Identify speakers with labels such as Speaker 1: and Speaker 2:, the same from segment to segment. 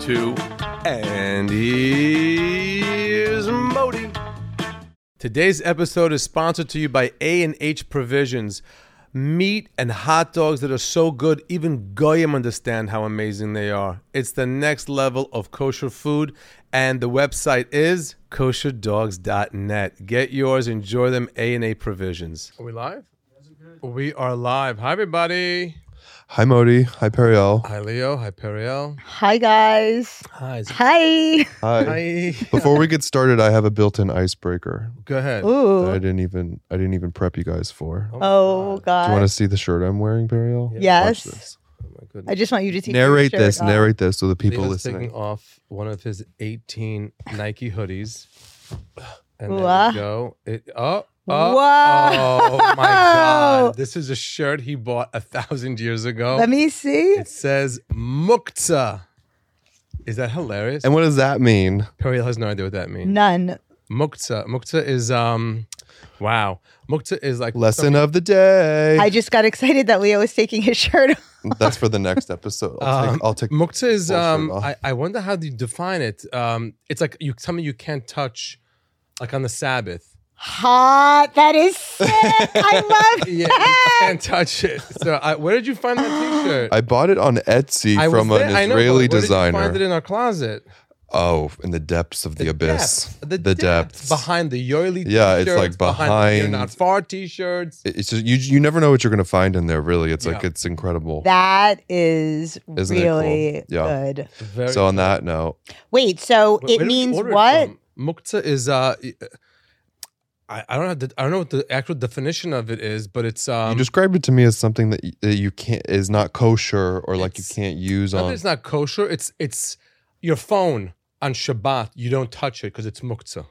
Speaker 1: two, and here's Modi.
Speaker 2: Today's episode is sponsored to you by A&H Provisions. Meat and hot dogs that are so good, even Goyim understand how amazing they are. It's the next level of kosher food, and the website is kosherdogs.net. Get yours, enjoy them, A&A Provisions.
Speaker 1: Are we live? We are live. Hi, everybody.
Speaker 3: Hi, Modi. Hi, Periel.
Speaker 1: Hi, Leo. Hi, Periel.
Speaker 4: Hi guys.
Speaker 2: Hi.
Speaker 4: Hi.
Speaker 3: Hi.
Speaker 1: Hi.
Speaker 3: Before we get started, I have a built-in icebreaker
Speaker 2: Go ahead.
Speaker 3: that I
Speaker 4: Ooh.
Speaker 3: didn't even I didn't even prep you guys for. Do
Speaker 4: Oh
Speaker 3: you want
Speaker 4: god.
Speaker 3: to see the shirt I'm wearing, Periel?
Speaker 4: Yes.
Speaker 3: Watch this.
Speaker 1: Oh, my goodness.
Speaker 4: I just want you to take your
Speaker 3: Narrate
Speaker 4: shirt
Speaker 3: this.
Speaker 4: off.
Speaker 3: Narrate this to the people
Speaker 1: Leo's
Speaker 3: listening.
Speaker 1: taking off one of his 18 Nike hoodies. And there
Speaker 4: Wha-
Speaker 1: we go. It, oh, oh,
Speaker 4: Wow.
Speaker 1: oh my God. This is a shirt he bought a thousand years ago.
Speaker 4: Let
Speaker 3: Oh,
Speaker 4: me see.
Speaker 1: it says Mukta. Is that hilarious?
Speaker 3: And what does that mean?
Speaker 1: Periel has no idea what that means.
Speaker 4: None.
Speaker 1: Mukta. Mukta is, um, wow. Mukta is like
Speaker 3: Lesson of the day.
Speaker 4: I just got excited that Leo was taking his shirt off.
Speaker 3: That's for the next episode. I'll
Speaker 1: Um,
Speaker 3: take. I'll take
Speaker 1: Mukta is
Speaker 3: Bullshit
Speaker 1: um
Speaker 3: off.
Speaker 1: I, I wonder how do you define it? Um it's like you something you can't touch like on the Sabbath.
Speaker 4: Hot. That is sick. I love
Speaker 1: Yeah, you
Speaker 4: that.
Speaker 1: can't touch it. So I, where did you find that t-shirt?
Speaker 3: I bought it on Etsy
Speaker 1: I was
Speaker 3: from an
Speaker 1: there- I know, but
Speaker 3: Israeli
Speaker 1: where did you find it
Speaker 3: designer.
Speaker 1: in our closet.
Speaker 3: Oh, in the depths of the, abyss.
Speaker 1: Depth.
Speaker 3: the depths.
Speaker 1: behind the Yoeli
Speaker 3: Yeah, it's
Speaker 1: t-shirts,
Speaker 3: like
Speaker 1: behind the
Speaker 3: behind-
Speaker 1: You're Not Far t-shirts.
Speaker 3: It- It's just, you. You never know what you're gonna find in there. Really, it's like
Speaker 1: Yeah.
Speaker 3: it's incredible.
Speaker 4: That is
Speaker 3: Isn't it cool?
Speaker 4: really
Speaker 3: Yeah.
Speaker 4: good.
Speaker 1: Very
Speaker 3: so on that note,
Speaker 4: Wait,
Speaker 1: Where-
Speaker 4: so
Speaker 1: where
Speaker 4: it
Speaker 1: did you
Speaker 4: means
Speaker 1: order it
Speaker 4: what?
Speaker 1: from? Mukta is uh I, I don't know the, I don't know what the actual definition of it is, but it's um
Speaker 3: you described it to me as something that you, that you can't is not kosher or like you
Speaker 1: It's-
Speaker 3: can't use
Speaker 1: Not that
Speaker 3: on.
Speaker 1: it's not kosher. It's it's your phone on Shabbat. You don't touch it because it's muktzah.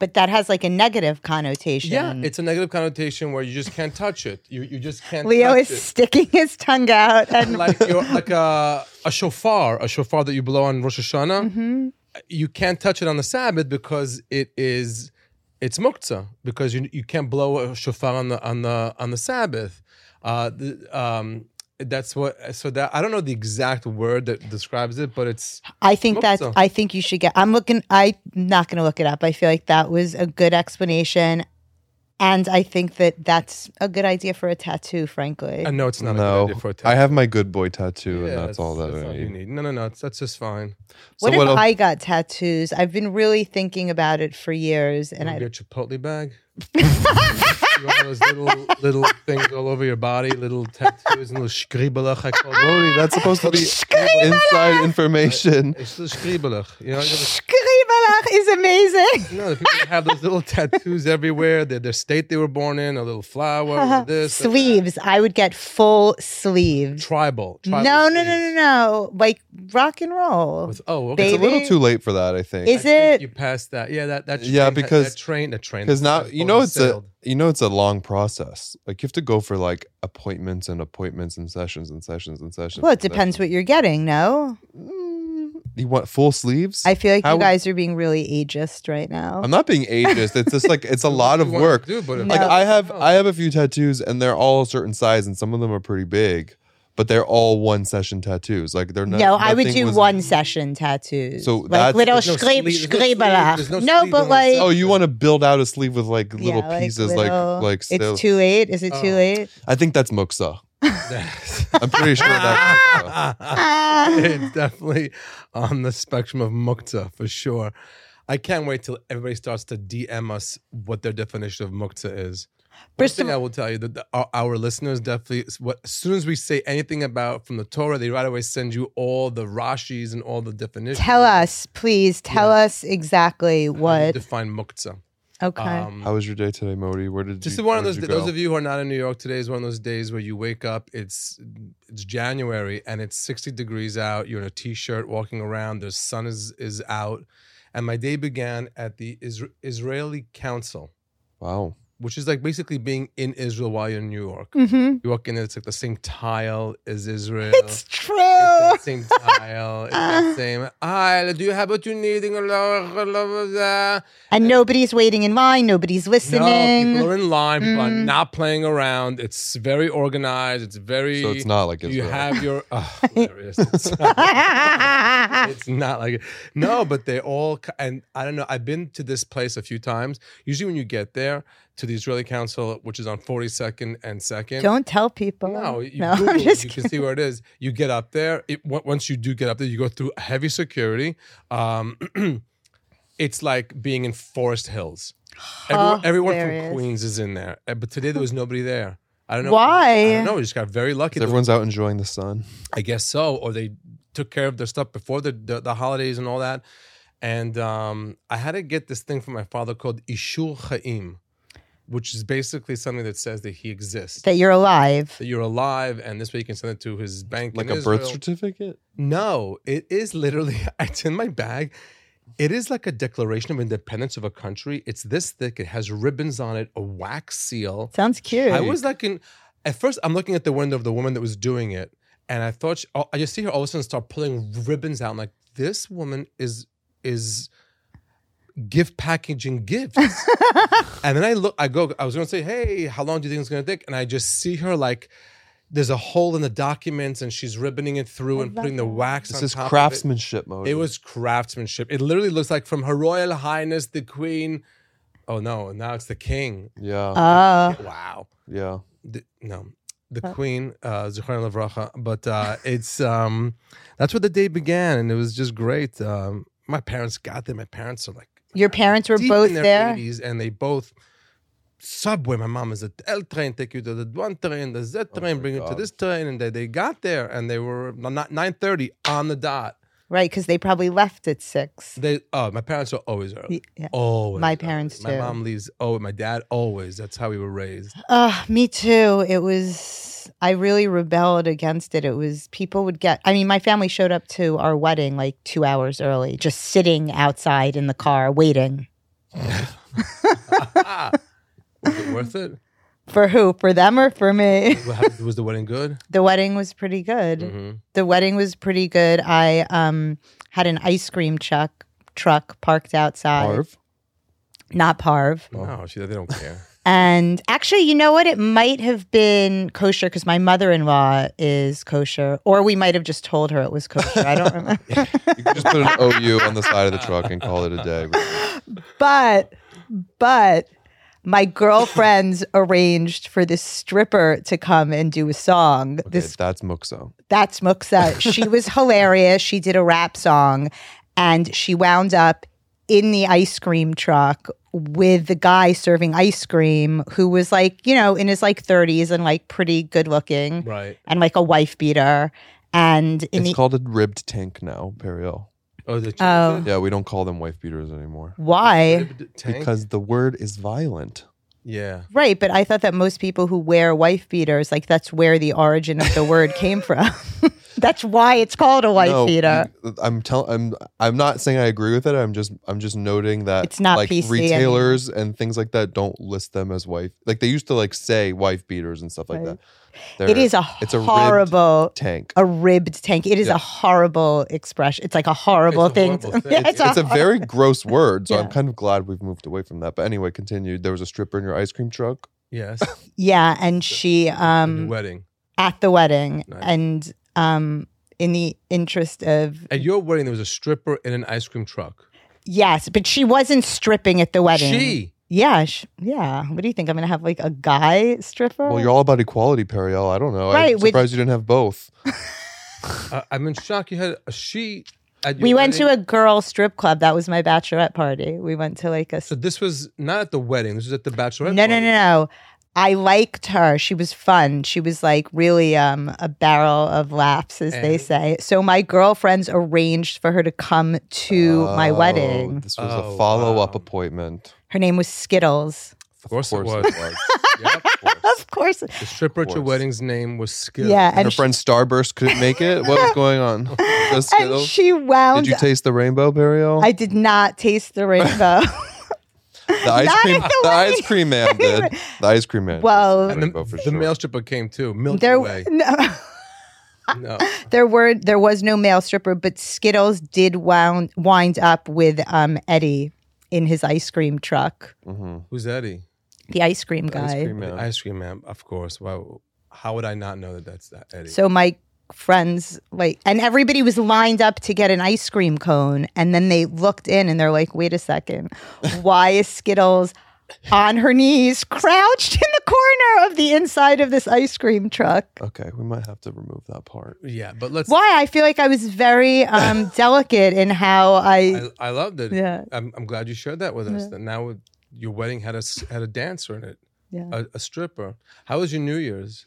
Speaker 4: But that has like a negative connotation.
Speaker 1: Yeah, it's a negative connotation where you just can't touch it. You you just can't.
Speaker 4: Leo
Speaker 1: touch
Speaker 4: is sticking his tongue out
Speaker 1: it.
Speaker 4: and
Speaker 1: like you're, like a a shofar, a shofar that you blow on Rosh Hashanah.
Speaker 4: Mm-hmm.
Speaker 1: You can't touch it on the Sabbath because it is it's muktzah because you you can't blow a shofar on the on the on the Sabbath. Uh, the, um, that's what. So that I don't know the exact word that describes it, but it's
Speaker 4: I think
Speaker 1: Hope
Speaker 4: that's.
Speaker 1: so.
Speaker 4: I think you should get. I'm looking. I'm not going to look it up. I feel like that was a good explanation, and I think that that's a good idea for a tattoo. Frankly,
Speaker 1: uh, no, it's not a good
Speaker 3: no,
Speaker 1: idea for a
Speaker 3: I have my good boy tattoo,
Speaker 1: Yeah,
Speaker 3: and that's, all that
Speaker 1: all
Speaker 3: I
Speaker 1: you
Speaker 3: need.
Speaker 1: need. No, no, no. That's, that's just fine.
Speaker 3: So
Speaker 4: what
Speaker 3: what
Speaker 4: if
Speaker 3: else-
Speaker 4: I got tattoos? I've been really thinking about it for years, and
Speaker 1: And
Speaker 4: I.
Speaker 1: your Chipotle bag. you want those little little things all over your body, little tattoos, and little scribelach. I call it.
Speaker 3: Moni, that's supposed to be inside information.
Speaker 1: It's little scribelach. You know, you know,
Speaker 4: Skribalach is amazing.
Speaker 1: you know the people that have those little tattoos everywhere. Their, their state they were born in, a little flower, or this uh, or that.
Speaker 4: sleeves. I would get full sleeves.
Speaker 1: tribal.
Speaker 4: No,
Speaker 1: tribal
Speaker 4: no, no,
Speaker 1: sleeves.
Speaker 4: no, no. Like rock and roll.
Speaker 1: With, oh, okay.
Speaker 3: It's a
Speaker 4: Baby.
Speaker 3: little too late for that, I think,
Speaker 1: I
Speaker 4: Is
Speaker 1: think
Speaker 4: it?
Speaker 1: You passed that. Yeah, that that.
Speaker 3: Yeah,
Speaker 1: train-
Speaker 3: because-
Speaker 1: that train, the train.
Speaker 3: because now
Speaker 1: that
Speaker 3: you know
Speaker 1: boat
Speaker 3: it's a
Speaker 1: sailed.
Speaker 3: you know it's a long process. Like you have to go for like appointments and appointments and sessions and sessions and sessions.
Speaker 4: well, it
Speaker 3: and
Speaker 4: depends what you're getting. No,
Speaker 3: sessions. You want full sleeves?
Speaker 4: I feel like
Speaker 3: How-
Speaker 4: you guys are being really ageist right now.
Speaker 3: I'm not being ageist. It's just like it's a lot
Speaker 1: You Oh,
Speaker 3: of
Speaker 1: want to
Speaker 3: work.
Speaker 1: do, but if-
Speaker 3: Like
Speaker 4: No.
Speaker 3: I have I have a few tattoos and they're all a certain size and some of them are pretty big, but they're all one session tattoos. Like they're not
Speaker 4: No, I would
Speaker 3: nothing
Speaker 4: do
Speaker 3: was-
Speaker 4: one session tattoos.
Speaker 3: So
Speaker 4: like
Speaker 3: that's-
Speaker 4: little
Speaker 1: There's no
Speaker 4: scrape,
Speaker 1: sleeve- there's no sleeve-
Speaker 4: scrape
Speaker 1: there's no
Speaker 4: no,
Speaker 1: sleeve on
Speaker 4: but
Speaker 1: the
Speaker 4: like,
Speaker 3: Oh, you want to build out a sleeve with like little
Speaker 4: yeah, like
Speaker 3: pieces like
Speaker 4: little-
Speaker 3: like, still-
Speaker 4: it's too late. Is it too
Speaker 1: Oh.
Speaker 4: late?
Speaker 3: I think that's muksa.
Speaker 1: That's-
Speaker 3: I'm pretty sure that's muksa.
Speaker 4: Ah.
Speaker 1: it's definitely on the spectrum of mukta for sure. I can't wait till everybody starts to DM us what their definition of mukta is. First
Speaker 4: First
Speaker 1: thing
Speaker 4: of-
Speaker 1: I will tell you that the- our, our listeners definitely, what, as soon as we say anything about from the Torah, they right away send you all the Rashis and all the definitions.
Speaker 4: tell us, please. Tell us exactly
Speaker 1: How you
Speaker 4: what.
Speaker 1: define mukta?
Speaker 4: Okay.
Speaker 1: um,
Speaker 3: How was your day today, Modi? Where did
Speaker 1: Just
Speaker 3: you,
Speaker 1: one of
Speaker 3: where
Speaker 1: those.
Speaker 3: did
Speaker 1: Those
Speaker 3: go?
Speaker 1: of you who are not in New York today is one of those days where you wake up. It's it's January and it's 60 degrees out. You're in a t-shirt walking around. The sun is is out, and my day began at the Isra- Israeli Council,
Speaker 3: Wow.
Speaker 1: which is like basically being in Israel while you're in New York.
Speaker 4: Mhm.
Speaker 1: You walk in, it's like the same tile as Israel.
Speaker 4: It's true. no.
Speaker 1: It's that same style. It's that same. I do you have what you need? No,
Speaker 4: And nobody's waiting in line. Nobody's listening.
Speaker 1: people are in line. People are not playing around. It's very organized. It's very.
Speaker 3: So it's not like
Speaker 1: you
Speaker 3: Israel.
Speaker 1: have your. Oh, hilarious. It's not- it's not like it. No, but they all c- and I don't know. I've been to this place a few times. Usually, when you get there to the Israeli Council, which is on 42nd and 2nd,
Speaker 4: Don't tell people.
Speaker 1: no, you,
Speaker 4: no,
Speaker 1: Google
Speaker 4: I'm
Speaker 1: it,
Speaker 4: just
Speaker 1: you
Speaker 4: kidding.
Speaker 1: can see where it is. You get up there. It, on- once you do get up there, you go through heavy security. Um, it's like being in Forest Hills.
Speaker 4: Oh,
Speaker 1: Everyone, everyone
Speaker 4: Hilarious.
Speaker 1: from Queens is in there, Uh, but today there was nobody there. I don't know
Speaker 4: Why?
Speaker 1: I don't know. We just got very lucky. There was-
Speaker 3: Everyone's out enjoying the sun.
Speaker 1: I guess so, or they took care of their stuff before the the, the holidays and all that. And um, I had to get this thing from my father called Ishur Chaim, which is basically something that says that he exists
Speaker 4: that you're alive.
Speaker 1: that you're alive, and this way you can send it to his bank.
Speaker 3: Like
Speaker 1: in
Speaker 3: a birth
Speaker 1: Israel.
Speaker 3: certificate?
Speaker 1: No, it is literally. It's in my bag. It is like a declaration of independence of a country. It's this thick. It has ribbons on it, a wax seal.
Speaker 4: Sounds cute.
Speaker 1: I was like, in, at first, I'm looking at the window of the woman that was doing it, and I thought, she, oh, I just see her all of a sudden start pulling ribbons out. I'm like, this woman is is gift packaging gifts. and then I look, I go, I was gonna say, hey, how long do you think it's gonna take? And I just see her like. There's a hole in the documents, and she's ribboning it through and putting the wax.
Speaker 3: This
Speaker 1: on
Speaker 3: is
Speaker 1: top of it.
Speaker 3: craftsmanship mode.
Speaker 1: It was craftsmanship. It literally looks like from Her Royal Highness the Queen. Oh no! Now it's the King.
Speaker 3: Yeah.
Speaker 4: Oh,
Speaker 1: Wow
Speaker 3: yeah.
Speaker 1: the, no the queen uh Zichrona Levracha, but uh it's um that's where the day began and it was just great um my parents got there my parents are like
Speaker 4: your parents were
Speaker 1: deep
Speaker 4: both
Speaker 1: in their
Speaker 4: there.
Speaker 1: 80s and they both subway my mom is at L train take you to the one train the Z train bring you to
Speaker 3: God.
Speaker 1: this train and they, they got there and they were not 9:30 on the dot
Speaker 4: Right, because they probably left at six.
Speaker 1: they oh my parents are always early
Speaker 4: Yeah.
Speaker 1: always
Speaker 4: My
Speaker 1: early.
Speaker 4: parents
Speaker 1: my
Speaker 4: too.
Speaker 1: mom leaves oh my dad always that's how we were raised
Speaker 4: Uh, me too. It was, I really rebelled against it. It was, people would get, I mean, my family showed up to our wedding like two hours early, just sitting outside in the car waiting.
Speaker 1: ah, was it worth it
Speaker 4: For who? For them or for me?
Speaker 1: What happened- was the wedding good
Speaker 4: the wedding was pretty good.
Speaker 1: Mm-hmm.
Speaker 3: Mm-hmm.
Speaker 4: The wedding was pretty good. I um, had an ice cream truck truck parked outside.
Speaker 3: Arv.
Speaker 4: Not parv.
Speaker 3: Oh.
Speaker 1: No, she, they don't care.
Speaker 4: And actually, you know what? It might have been kosher because my mother in law is kosher, or we might have just told her it was kosher. I don't remember.
Speaker 3: Oh, You can just put an OU on the side of the truck and call it a day.
Speaker 4: but, but my girlfriends arranged for this stripper to come and do a song. this
Speaker 3: Okay, that's Mukso.
Speaker 4: That's Muksa. She was hilarious. She did a rap song and she wound up in the ice cream truck with the guy serving ice cream who was like, you know, in his like 30s and like pretty good looking
Speaker 1: right.
Speaker 4: and like a wife beater. And in
Speaker 3: It's
Speaker 4: the
Speaker 3: called a ribbed tank now, Periel.
Speaker 1: Oh, the
Speaker 4: Oh.
Speaker 3: Yeah, we don't call them wife beaters anymore
Speaker 4: why?
Speaker 1: Because
Speaker 3: because the word is violent.
Speaker 1: yeah,
Speaker 4: Right, but I thought that most people who wear wife beaters, like that's where the origin of the word came from. that's why it's called a wife
Speaker 3: No,
Speaker 4: beater.
Speaker 3: you- I'm tell I'm I'm not saying I agree with it. I'm just I'm just noting that
Speaker 4: It's not
Speaker 3: like
Speaker 4: PC
Speaker 3: retailers and things like that don't list them as wife. Like they used to like say wife beaters and stuff like
Speaker 4: Right.
Speaker 3: that. They're-
Speaker 4: it is a
Speaker 3: it's a ribbed
Speaker 4: horrible
Speaker 3: tank.
Speaker 4: a ribbed tank. It is
Speaker 3: Yeah.
Speaker 4: a horrible expression. It's like a horrible
Speaker 1: It's a
Speaker 4: thing.
Speaker 1: horrible
Speaker 4: to-
Speaker 1: thing.
Speaker 4: Yeah, it's
Speaker 3: it's
Speaker 4: a-
Speaker 3: a very gross word, so I'm
Speaker 4: Yeah.
Speaker 3: kind of glad we've moved away from that. But anyway, continue. There was a stripper in your ice cream truck.
Speaker 1: yes.
Speaker 4: yeah, and she
Speaker 1: The new
Speaker 4: um
Speaker 1: wedding.
Speaker 4: at the wedding
Speaker 1: Nice.
Speaker 4: and um in the interest of
Speaker 1: At your wedding, there was a stripper in an ice cream truck.
Speaker 4: yes, but she wasn't stripping at the wedding.
Speaker 1: She.
Speaker 4: yeah, sh yeah. What do you think? I'm gonna have like a guy stripper?
Speaker 3: Well, you're all about equality, Periel. I don't know.
Speaker 4: Oh. Right,
Speaker 3: I'm
Speaker 4: with-
Speaker 3: surprised you didn't have both.
Speaker 1: Uh, I'm in shock. You had a she. At your
Speaker 4: we went to
Speaker 1: wedding.
Speaker 4: a girl strip club. That was my bachelorette party. We went to like a
Speaker 1: So this was not at the wedding. This was at the bachelorette.
Speaker 4: No, no, no,
Speaker 1: party.
Speaker 4: no. I liked her. She was fun. She was like really um, a barrel of laughs, as they
Speaker 1: And?
Speaker 4: say. So my girlfriends arranged for her to come to my
Speaker 3: Oh,
Speaker 4: wedding.
Speaker 3: This was
Speaker 1: Oh,
Speaker 3: a follow up
Speaker 1: wow.
Speaker 3: appointment.
Speaker 4: Her name was Skittles.
Speaker 1: Of course,
Speaker 3: Of
Speaker 1: it
Speaker 3: course
Speaker 1: was.
Speaker 3: it was.
Speaker 1: Yep.
Speaker 4: Of course.
Speaker 1: The stripper at your
Speaker 3: course.
Speaker 1: wedding's name was Skill.
Speaker 4: Yeah,
Speaker 3: and her
Speaker 4: and she,
Speaker 3: friend Starburst couldn't make it. What was going on? Just
Speaker 4: and
Speaker 3: Skittles?
Speaker 4: she wound.
Speaker 3: Did you taste the rainbow, Periel?
Speaker 4: I did not taste the rainbow.
Speaker 3: the ice
Speaker 4: not
Speaker 3: cream.
Speaker 4: at the
Speaker 3: The,
Speaker 4: wedding.
Speaker 3: ice cream man did. The ice cream man. tasted
Speaker 4: Well-
Speaker 3: the
Speaker 1: And the,
Speaker 3: rainbow for
Speaker 1: the
Speaker 3: sure.
Speaker 1: male stripper came too. Milky
Speaker 4: there
Speaker 1: Way.
Speaker 4: no.
Speaker 1: No.
Speaker 4: There were there was no male stripper, but Skittles did wound wind up with um, Eddie in his ice cream truck.
Speaker 3: Mm-hmm.
Speaker 1: Who's Eddie?
Speaker 4: The ice cream guy.
Speaker 2: Ice cream man.
Speaker 1: Ice cream man, of course. Wow. How would I not know that that's that Eddie?
Speaker 4: So my friends like and everybody was lined up to get an ice cream cone and then they looked in and they're like, "Wait a second. Why is Skittles on her knees crouched in the corner of the inside of this ice cream truck?"
Speaker 3: Okay, we might have to remove that part.
Speaker 1: yeah, but let's.
Speaker 4: Why? I feel like I was very um, delicate in how I
Speaker 1: I, I loved it.
Speaker 4: Yeah.
Speaker 1: I'm, I'm glad you shared that with us. That now it- your wedding had a s- had a dancer in it.
Speaker 4: Yeah.
Speaker 1: A, a stripper. How was your New Year's?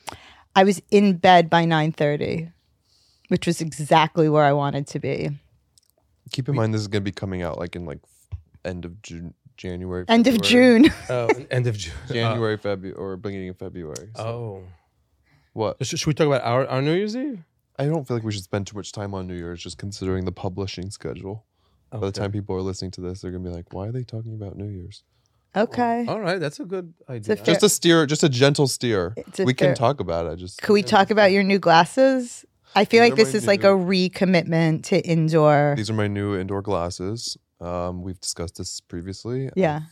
Speaker 4: I was in bed by 9:30, which was exactly where I wanted to be.
Speaker 3: Keep in mind this is gonna be coming out like in like end of June, January,
Speaker 4: End of
Speaker 3: February.
Speaker 4: June.
Speaker 1: Uh, end of June.
Speaker 3: Oh, January, February, or beginning of February.
Speaker 1: Uh,
Speaker 3: So
Speaker 1: oh.
Speaker 3: what?
Speaker 1: Sh- should we talk about our, our New Year's Eve?
Speaker 3: I don't feel like we should spend too much time on New Year's, just considering the publishing schedule. By the
Speaker 1: Okay.
Speaker 3: time people are listening to this, they're gonna be like, "Why are they talking about New Year's?"
Speaker 4: Okay.
Speaker 3: Oh.
Speaker 1: All right, that's a good idea.
Speaker 4: fair-
Speaker 3: Just a steer, just a gentle steer.
Speaker 4: It's a
Speaker 3: we
Speaker 4: fair-
Speaker 3: can talk about it. I just
Speaker 4: Could we talk about your new glasses? I feel
Speaker 3: These
Speaker 4: like
Speaker 3: are
Speaker 4: this
Speaker 3: my
Speaker 4: is like a
Speaker 3: new-
Speaker 4: recommitment to indoor.
Speaker 3: these are my new indoor glasses. Um, we've discussed this previously.
Speaker 4: Yeah.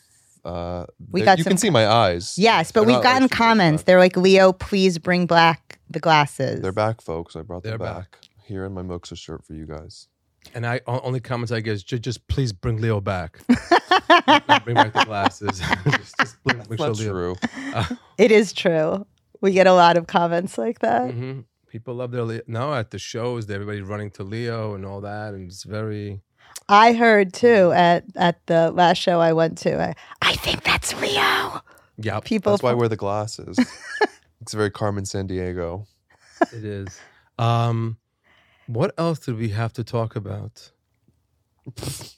Speaker 3: Uh, we
Speaker 4: We got
Speaker 3: got you
Speaker 4: some-
Speaker 3: can see my eyes.
Speaker 4: Yes, but
Speaker 3: They're
Speaker 4: we've
Speaker 3: not
Speaker 4: gotten
Speaker 3: actually black.
Speaker 4: comments. They're like, "Leo, please bring black the glasses."
Speaker 3: They're back, folks. I brought them
Speaker 1: They're
Speaker 3: back.
Speaker 1: back.
Speaker 3: here in my Moxa shirt for you guys.
Speaker 1: and I o- only comments I get is ju- just please bring Leo back. bring back the glasses. just, just bring, make sure
Speaker 3: That's
Speaker 1: Leo.
Speaker 3: true.
Speaker 4: It is true. We get a lot of comments like that.
Speaker 3: Mm.
Speaker 1: hmm People love their Leo. Now at the shows, everybody's running to Leo and all that, and it's very.
Speaker 4: I heard too at at the last show I went to. I, I think that's Leo.
Speaker 1: Yep,
Speaker 4: People
Speaker 3: That's why I wear the glasses. it's very Carmen San Diego.
Speaker 1: it is. Um, what else did we have to talk about?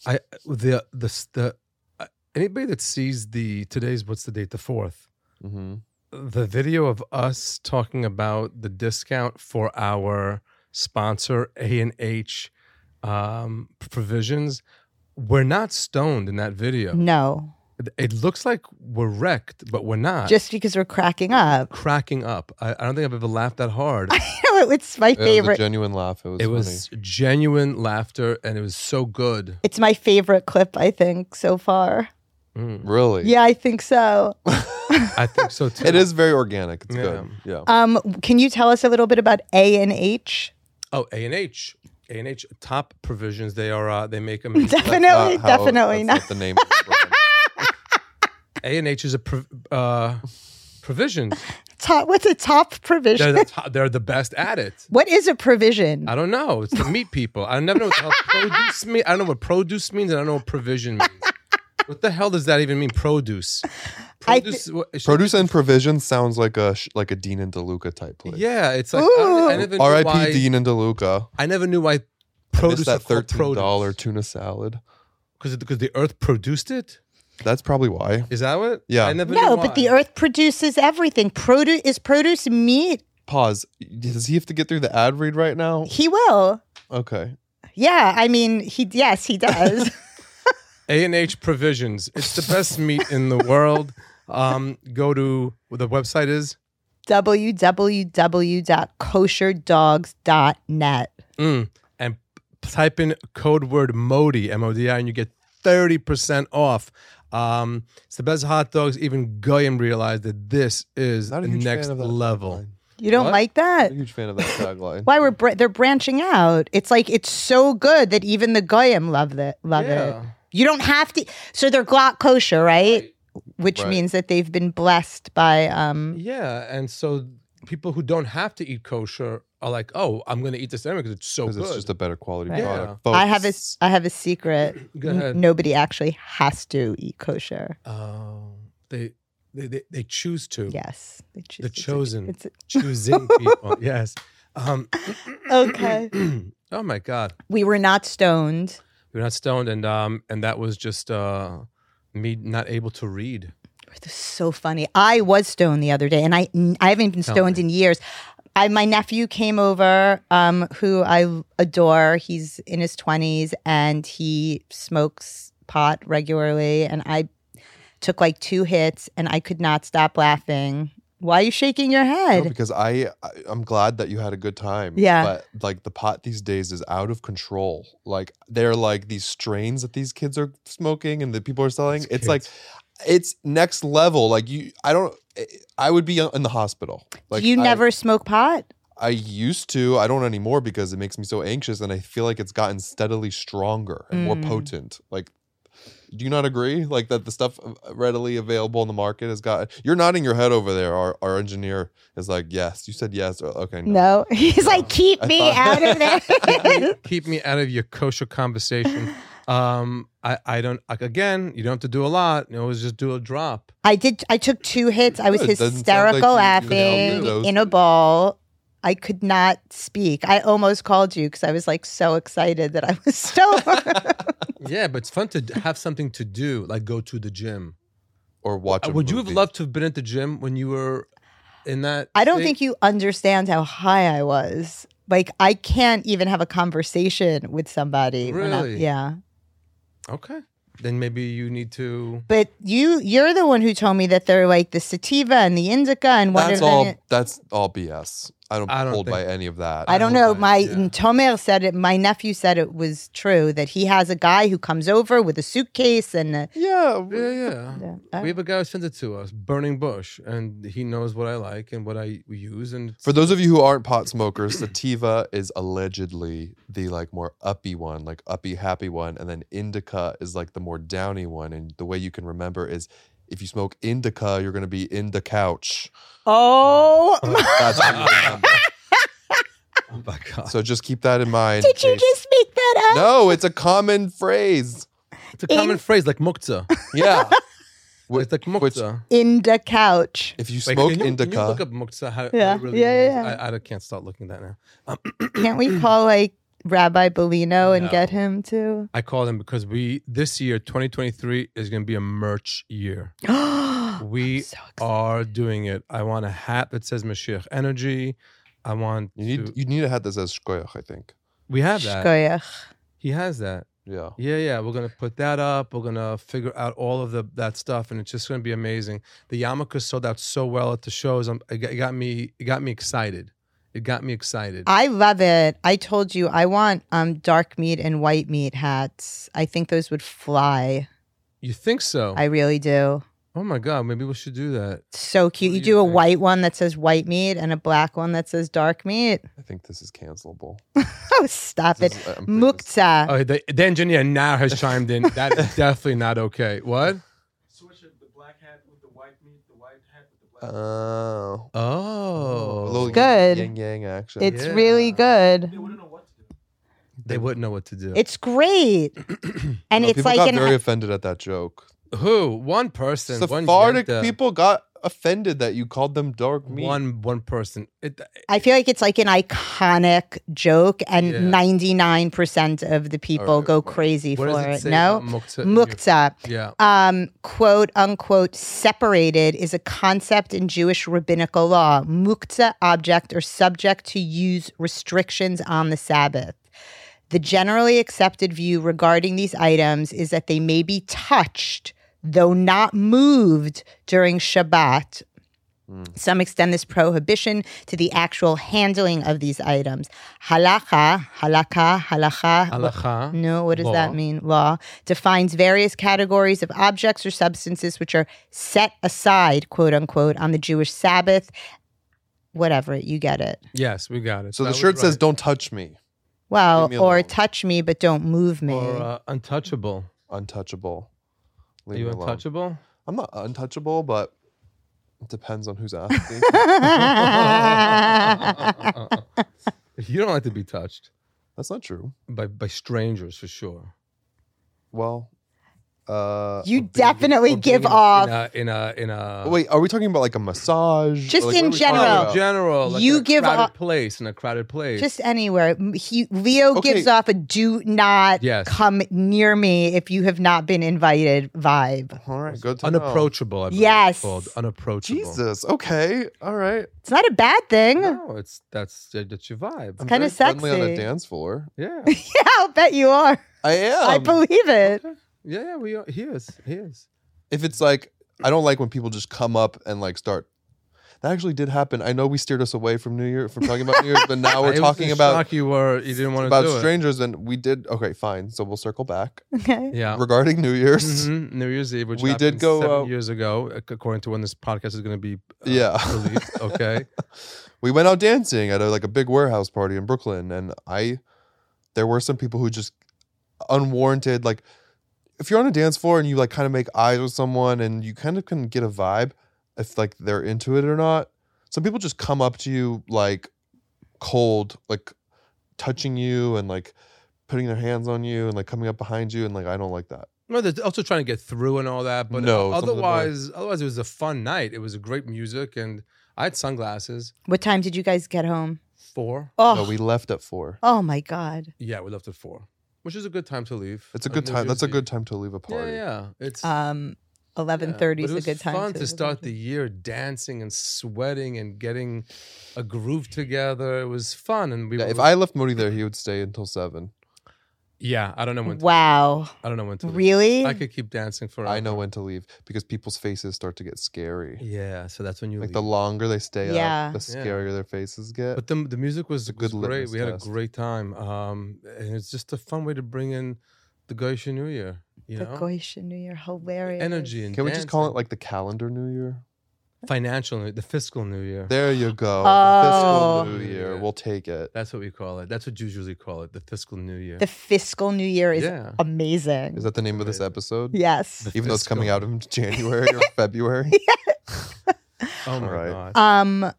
Speaker 1: I the the s- the uh, anybody that sees the today's what's the date the fourth
Speaker 3: hmm
Speaker 1: the video of us talking about the discount for our sponsor A and H um, provisions. We're not stoned in that video.
Speaker 4: No,
Speaker 1: It- It looks like we're wrecked, but we're not.
Speaker 4: just because we're cracking up.
Speaker 1: cracking up. I, I don't think I've ever laughed that hard.
Speaker 4: it's my
Speaker 3: It was a
Speaker 4: favorite.
Speaker 3: genuine laugh. It was.
Speaker 1: It was genuine laughter, and it was so good.
Speaker 4: It's my favorite clip I think so far.
Speaker 1: Mm.
Speaker 3: funny. really.
Speaker 4: Yeah, I think so.
Speaker 1: I think so too.
Speaker 3: It is very organic. It's
Speaker 1: Yeah.
Speaker 3: good. Yeah.
Speaker 4: Um, can you tell us a little bit about A and H?
Speaker 1: Oh, A and H, A and H top provisions. They are. Uh, they make amazing.
Speaker 4: Definitely,
Speaker 3: Not how-
Speaker 4: definitely
Speaker 3: that's not
Speaker 4: not.
Speaker 3: the name. of the brand.
Speaker 1: A and H is a prov uh, provision.
Speaker 4: Top, what's a top provision?
Speaker 1: They're the, top, they're the best at it.
Speaker 4: what is a provision?
Speaker 1: I don't know. It's the meat people. I never know what the hell produce means. I don't know what produce means, and I don't know what provision means. What the hell does that even mean? Produce.
Speaker 4: I
Speaker 1: Produce. what-
Speaker 3: Produce and provision sounds like a sh- like a Dean and DeLuca type place.
Speaker 1: Yeah, it's like I don't- I,
Speaker 4: Ooh.
Speaker 1: never knew
Speaker 3: R.I.P.
Speaker 1: why-
Speaker 3: Dean and DeLuca.
Speaker 1: I never knew why
Speaker 3: Produce
Speaker 1: produce
Speaker 3: that thirteen dollar tuna salad.
Speaker 1: because because the earth produced it.
Speaker 3: That's probably why.
Speaker 1: Is that what?
Speaker 3: Yeah.
Speaker 1: I never
Speaker 4: no,
Speaker 1: knew
Speaker 4: but
Speaker 1: why.
Speaker 4: the earth produces everything. Produce is produce meat.
Speaker 3: Pause. Does he have to get through the ad read right now?
Speaker 4: He will.
Speaker 3: Okay.
Speaker 4: Yeah, I mean, he yes, he does.
Speaker 1: A and H Provisions. It's the best meat in the world. Um, go to the website is
Speaker 4: www.kosherdogs.net.
Speaker 1: mm, and type in code word Modi M O D I and you get thirty percent off. Um, it's the best hot dogs. Even Goyim realized that this is
Speaker 3: Not a
Speaker 1: the
Speaker 3: huge
Speaker 1: next
Speaker 3: fan of that
Speaker 1: level.
Speaker 3: tagline.
Speaker 4: You don't
Speaker 1: What?
Speaker 4: like
Speaker 3: Not
Speaker 4: that?
Speaker 3: a huge fan of that tagline.
Speaker 4: Why we're br- they're branching out? It's like it's so good that even the goyim love it. Love
Speaker 1: Yeah.
Speaker 4: it. You don't have to. So they're glot kosher, right? Which
Speaker 3: Right.
Speaker 4: means that they've been blessed by um
Speaker 1: Yeah, and so people who don't have to eat kosher are like, oh, I'm going to eat this anyway because it's so
Speaker 3: Because
Speaker 1: Oh, good.
Speaker 3: it's just a better quality
Speaker 4: Right.
Speaker 3: product.
Speaker 4: I have a
Speaker 3: folks.
Speaker 4: I have a secret.
Speaker 1: Oh, Go
Speaker 4: N-
Speaker 1: ahead.
Speaker 4: Nobody actually has to eat kosher.
Speaker 1: Oh, they they they, they choose to.
Speaker 4: Yes. They choose-
Speaker 1: The
Speaker 4: it's a-
Speaker 1: chosen.
Speaker 4: It's a-
Speaker 1: Choosing people. yes. Um,
Speaker 4: okay.
Speaker 1: oh my God,
Speaker 4: we were not stoned.
Speaker 1: we are not stoned, and um, and that was just uh, me not able to read.
Speaker 4: This is so funny. I was stoned the other day, and I I haven't
Speaker 3: Oh,
Speaker 4: been stoned in years. I my nephew came over, um, who I adore. He's in his twenties, and he smokes pot regularly. And I took like two hits, and I could not stop laughing. Why are you shaking your
Speaker 3: No,
Speaker 4: head?
Speaker 3: because I, I I'm glad that you had a good time.
Speaker 4: Yeah.
Speaker 3: But like the pot these days is out of control. Like they're like these strains that these kids are smoking and that people are selling.
Speaker 1: These
Speaker 3: it's like it's next level. Like you, I don't. I would be in the hospital. Like
Speaker 4: Do you
Speaker 3: I-
Speaker 4: never smoke pot?
Speaker 3: I used to. I don't anymore because it makes me so anxious, and I feel like it's gotten steadily stronger and more
Speaker 4: Mm.
Speaker 3: potent. Like, do you not agree? Like that the stuff uh, readily available in the market has got. You're nodding your head over there. Our our engineer is like, yes. You said yes. Or, okay. No.
Speaker 4: No. He's like, keep
Speaker 3: I
Speaker 4: me
Speaker 3: thought-
Speaker 4: out of this.
Speaker 1: keep me out of your kosher conversation. Um, I, I don't like, again. You don't have to do a lot. You always just do a drop.
Speaker 4: I did. I took two hits. I was
Speaker 3: Good. Doesn't sound
Speaker 4: hysterical
Speaker 3: like you- you
Speaker 4: laughing
Speaker 3: nailed those.
Speaker 4: in a ball. I could not speak. I almost called you because I was like so excited that I was so.
Speaker 1: Yeah, but it's fun to have something to do, like go to the gym.
Speaker 3: Or watch.
Speaker 1: Uh,
Speaker 3: a
Speaker 1: Would you have
Speaker 3: movie.
Speaker 1: loved to have been at the gym when you were in that?
Speaker 4: I don't
Speaker 1: state?
Speaker 4: think you understand how high I was. Like I can't even have a conversation with somebody. when I-
Speaker 1: Really?
Speaker 4: yeah.
Speaker 1: Okay, then maybe you need to.
Speaker 4: But you, you're the one who told me that they're like the sativa and the indica, and one
Speaker 3: That's
Speaker 4: of them.
Speaker 3: all. That's all BS. I don't,
Speaker 1: I don't
Speaker 3: hold by
Speaker 1: think-
Speaker 3: any of that.
Speaker 4: I don't
Speaker 1: know,
Speaker 4: know.
Speaker 1: but,
Speaker 4: My
Speaker 1: yeah.
Speaker 4: Tomer said it. My nephew said it was true that he has a guy who comes over with a suitcase and. A,
Speaker 3: yeah.
Speaker 1: Yeah,
Speaker 3: we-
Speaker 1: yeah.
Speaker 4: I-
Speaker 1: We have a guy who sends it to us, Burning Bush, and he knows what I like and what I use. And
Speaker 3: For those of you who aren't pot smokers, sativa is allegedly the like more uppy one, like uppy happy one, and then indica is like the more downy one. And the way you can remember is if you smoke indica, you're gonna be in the couch.
Speaker 4: Oh, my-
Speaker 3: That's how you remember.
Speaker 1: oh my god,
Speaker 3: so just keep that in mind.
Speaker 4: did you just make that up?
Speaker 3: No, it's a common phrase.
Speaker 1: it's a common
Speaker 4: In-
Speaker 1: phrase like mukta.
Speaker 3: Yeah. Wh-
Speaker 1: It's like mukta.
Speaker 4: In the couch.
Speaker 3: if you
Speaker 1: Wait,
Speaker 3: smoke
Speaker 1: can you,
Speaker 3: indica,
Speaker 1: Can you look up mukta? How,
Speaker 4: Yeah,
Speaker 1: It really
Speaker 4: yeah,
Speaker 1: means?
Speaker 4: yeah, yeah.
Speaker 1: I, I can't stop looking at that now.
Speaker 4: Can't we call like Rabbi Bolino and
Speaker 1: No.
Speaker 4: get him to?
Speaker 1: I call them because we this year 2023 is going to be a merch year. We
Speaker 4: Oh, so excited.
Speaker 1: are doing it. I want a hat that says Mashiach Energy. I want
Speaker 3: you need
Speaker 1: to-
Speaker 3: you need to have this as shkoyach, I think.
Speaker 1: we have that.
Speaker 4: Shkoyach.
Speaker 1: He has that.
Speaker 3: Yeah.
Speaker 1: Yeah, yeah. We're gonna put that up. We're gonna figure out all of the that stuff, and it's just gonna be amazing. The yarmulke sold out so well at the shows. I'm, it got- it got me. It got me excited. It got me excited.
Speaker 4: I love it. I told you I want um dark meat and white meat hats. I think those would fly.
Speaker 1: you think so?
Speaker 4: I really do.
Speaker 1: oh my god, maybe we should do that.
Speaker 4: So cute.
Speaker 1: What
Speaker 4: You
Speaker 1: do you
Speaker 4: do a
Speaker 1: think?
Speaker 4: white one that says white meat and a black one that says dark meat.
Speaker 3: I think this is cancelable.
Speaker 4: Oh, stop
Speaker 3: This
Speaker 4: it.
Speaker 3: is- I'm pretty-
Speaker 4: Mukta.
Speaker 1: Oh, the, the engineer now has chimed in. That is definitely not okay. What?
Speaker 5: switch it, the black hat with the white meat, the white hat with the black.
Speaker 3: Oh.
Speaker 1: Oh,
Speaker 3: A little
Speaker 4: Good.
Speaker 3: Yin yang action.
Speaker 4: It's
Speaker 1: yeah.
Speaker 4: really good.
Speaker 5: they wouldn't know what to do.
Speaker 1: they wouldn't know what to do.
Speaker 4: It's great. and
Speaker 3: No,
Speaker 4: it's
Speaker 3: people
Speaker 4: like
Speaker 3: got
Speaker 4: an
Speaker 3: very offended at that joke.
Speaker 1: Who? One person.
Speaker 3: Sephardic
Speaker 1: one Yenta.
Speaker 3: people got offended that you called them dark meat.
Speaker 1: uh, One one person. It,
Speaker 4: I feel like it's like an iconic joke,
Speaker 1: Yeah.
Speaker 4: and ninety nine percent of the people
Speaker 3: Alright,
Speaker 4: go
Speaker 3: fine.
Speaker 4: crazy
Speaker 1: what
Speaker 4: for
Speaker 1: does it
Speaker 4: it.
Speaker 1: say
Speaker 4: No,
Speaker 1: about Mukta? in your-
Speaker 4: mukta,
Speaker 1: Yeah.
Speaker 4: um, quote unquote, separated is a concept in Jewish rabbinical law. Mukta object or subject to use restrictions on the Sabbath. The generally accepted view regarding these items is that they may be touched, though not moved, during Shabbat. Some extend this prohibition to the actual handling of these items. Halakha, halakha, halakha.
Speaker 1: Halakha,
Speaker 4: No, what does that
Speaker 1: law.
Speaker 4: mean? Law defines various categories of objects or substances which are set aside, quote unquote, on the Jewish Sabbath. Whatever, you get it.
Speaker 1: Yes, we got it.
Speaker 3: So
Speaker 1: That
Speaker 3: the
Speaker 1: was
Speaker 3: shirt says,
Speaker 1: right.
Speaker 3: "Don't touch me,
Speaker 4: Well,
Speaker 3: me
Speaker 4: or
Speaker 3: alone.
Speaker 4: touch me, but don't move me.
Speaker 1: or uh, untouchable.
Speaker 3: untouchable."
Speaker 1: Are
Speaker 3: Leave
Speaker 1: you
Speaker 3: me alone.
Speaker 1: untouchable?
Speaker 3: I'm not untouchable, but it depends on who's asking.
Speaker 1: uh, You don't like to be touched
Speaker 3: That's not true.
Speaker 1: by by strangers for sure.
Speaker 3: Well, uh,
Speaker 4: you
Speaker 3: being-
Speaker 4: definitely
Speaker 1: Or
Speaker 4: give
Speaker 1: being in-
Speaker 4: off.
Speaker 1: in a in a, in a
Speaker 3: Uh, wait, are we talking about like a massage? Or,
Speaker 4: Just
Speaker 3: like, what
Speaker 4: in
Speaker 3: are we talking
Speaker 4: general.
Speaker 1: in
Speaker 3: about?
Speaker 1: general. Like
Speaker 4: You
Speaker 1: in a
Speaker 4: give
Speaker 1: crowded
Speaker 4: off-
Speaker 1: place in a crowded place.
Speaker 4: just anywhere. M- He, Leo
Speaker 3: Okay.
Speaker 4: gives off a do not
Speaker 1: Yes.
Speaker 4: come near me if you have not been invited vibe.
Speaker 3: All right, good to know.
Speaker 1: unapproachable. I believe it's
Speaker 4: Yes.
Speaker 1: called unapproachable.
Speaker 3: Jesus. Okay. All right.
Speaker 4: It's not a bad thing.
Speaker 1: No, it's that's uh, that's your vibe.
Speaker 3: I'm very
Speaker 4: kinda
Speaker 3: friendly on
Speaker 4: sexy.
Speaker 3: a dance floor.
Speaker 1: Yeah,
Speaker 4: Yeah, I'll bet you are.
Speaker 3: I am.
Speaker 4: I believe it.
Speaker 1: yeah, yeah. We are, he is, he is.
Speaker 3: if it's like I don't like when people just come up and like start That actually did happen. I know we steered us away from New Year from talking about New Year's, but now
Speaker 2: I
Speaker 3: Oh, we're
Speaker 2: was
Speaker 3: talking
Speaker 2: in
Speaker 3: about
Speaker 2: shock you were you didn't want to
Speaker 3: about
Speaker 2: do
Speaker 3: strangers, and we did. Okay, fine. So we'll circle back
Speaker 4: Okay.
Speaker 2: It. Yeah.
Speaker 3: regarding New Year's.
Speaker 2: Mhm,
Speaker 1: Mm-hmm.
Speaker 2: New Year's Eve, which
Speaker 3: We
Speaker 2: happened
Speaker 3: did go,
Speaker 2: seven
Speaker 3: uh,
Speaker 2: years ago, ac- according to when this podcast is going to be. uh,
Speaker 3: Yeah.
Speaker 2: released, Okay.
Speaker 3: we went out dancing at a, like a big warehouse party in Brooklyn, and I there were some people who just unwarranted like if you're on a dance floor and you like kind of make eyes with someone and you kind of can get a vibe if like they're into it or not. Some people just come up to you like cold, like touching you and like putting their hands on you and like coming up behind you and like I don't like that.
Speaker 1: No, they're also trying to get through and all that, but
Speaker 3: No,
Speaker 1: uh,
Speaker 3: some of them are-
Speaker 1: otherwise, otherwise it was a fun night. It was a great music, and I had sunglasses.
Speaker 4: What time did you guys get home?
Speaker 1: Four,
Speaker 4: Oh,
Speaker 3: No, we left at four.
Speaker 4: oh my God.
Speaker 1: yeah, we left at four, which is a good time to leave.
Speaker 3: It's a
Speaker 1: on
Speaker 3: good
Speaker 1: New
Speaker 3: time. That's a
Speaker 1: Year's
Speaker 3: good
Speaker 1: Eve.
Speaker 3: time to leave a party.
Speaker 1: Yeah, yeah. It's
Speaker 4: Um,
Speaker 1: yeah.
Speaker 4: eleven thirty
Speaker 1: But
Speaker 4: is
Speaker 1: it
Speaker 4: a
Speaker 1: was
Speaker 4: good time.
Speaker 1: Fun to start the year dancing and sweating and getting a groove together. It was fun, and we.
Speaker 3: Yeah,
Speaker 1: were-
Speaker 3: if I left Modi there, he would stay until seven.
Speaker 1: yeah, I don't know when. To,
Speaker 4: Wow,
Speaker 1: I don't know when to. leave.
Speaker 4: really?
Speaker 1: I could keep dancing forever.
Speaker 3: I know when to leave because people's faces start to get scary.
Speaker 1: Yeah, so that's when you
Speaker 3: Like
Speaker 1: leave.
Speaker 3: the longer they stay
Speaker 4: Yeah.
Speaker 3: up, the
Speaker 1: Yeah.
Speaker 3: scarier their faces get.
Speaker 1: But the, the music was, was
Speaker 3: a Uh, good
Speaker 1: great.
Speaker 3: litmus
Speaker 1: We had
Speaker 3: test.
Speaker 1: a great time. Um, and it's just a fun way to bring in the Goetia New Year, you
Speaker 4: the
Speaker 1: know?
Speaker 4: Goisha New Year, hilarious.
Speaker 1: Energy and
Speaker 3: Can we just call it
Speaker 1: dancing.
Speaker 3: like the calendar New Year?
Speaker 1: financial, new- the fiscal New Year?
Speaker 3: There you go.
Speaker 4: Oh.
Speaker 3: The fiscal New Year.
Speaker 1: Yeah.
Speaker 3: We'll take it.
Speaker 1: That's what we call it. That's what Jews usually call it, the fiscal New Year.
Speaker 4: The fiscal New Year is
Speaker 1: yeah.
Speaker 4: amazing.
Speaker 3: Is that the name of this
Speaker 1: Right.
Speaker 3: episode?
Speaker 4: yes.
Speaker 3: Even though it's coming out
Speaker 1: Fiscal.
Speaker 3: in January or February.
Speaker 1: Oh my
Speaker 3: Right.
Speaker 1: god.
Speaker 4: Um,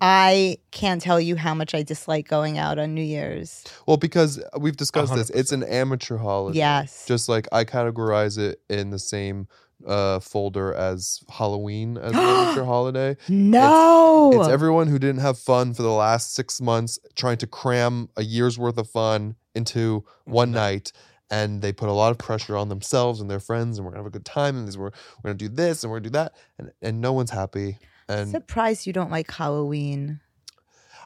Speaker 4: I can't tell you how much I dislike going out on New Year's.
Speaker 3: Well, because we've discussed this, it's an amateur holiday.
Speaker 4: Yes.
Speaker 3: Just like I categorize it in the same uh, folder as Halloween as an amateur holiday.
Speaker 4: no.
Speaker 3: It's everyone who didn't have fun for the last six months trying to cram a year's worth of fun into one night. And they put a lot of pressure on themselves and their friends, and we're gonna have a good time, and these, we're, we're gonna do this, and we're gonna do that, and, and no one's happy. And
Speaker 4: Surprised you don't like Halloween.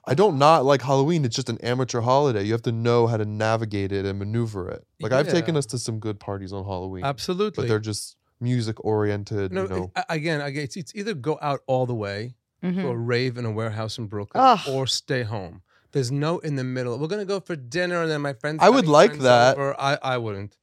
Speaker 3: I don't not like Halloween. It's just an amateur holiday. You have to know how to navigate it and maneuver it. Like I've taken
Speaker 1: Yeah.
Speaker 3: us to some good parties on
Speaker 4: Um,
Speaker 3: Halloween,
Speaker 1: Absolutely.
Speaker 3: but they're just music oriented.
Speaker 1: no,
Speaker 3: you know,
Speaker 1: it- a- again, again, it's, it's either go out all the way to
Speaker 4: Mhm.
Speaker 1: a rave in a warehouse in Brooklyn
Speaker 4: Ugh.
Speaker 1: or stay home. There's no in the middle. We're gonna go for dinner and then my friends.
Speaker 3: I would
Speaker 1: having
Speaker 3: like
Speaker 1: friends
Speaker 3: that.
Speaker 1: Over. I I wouldn't.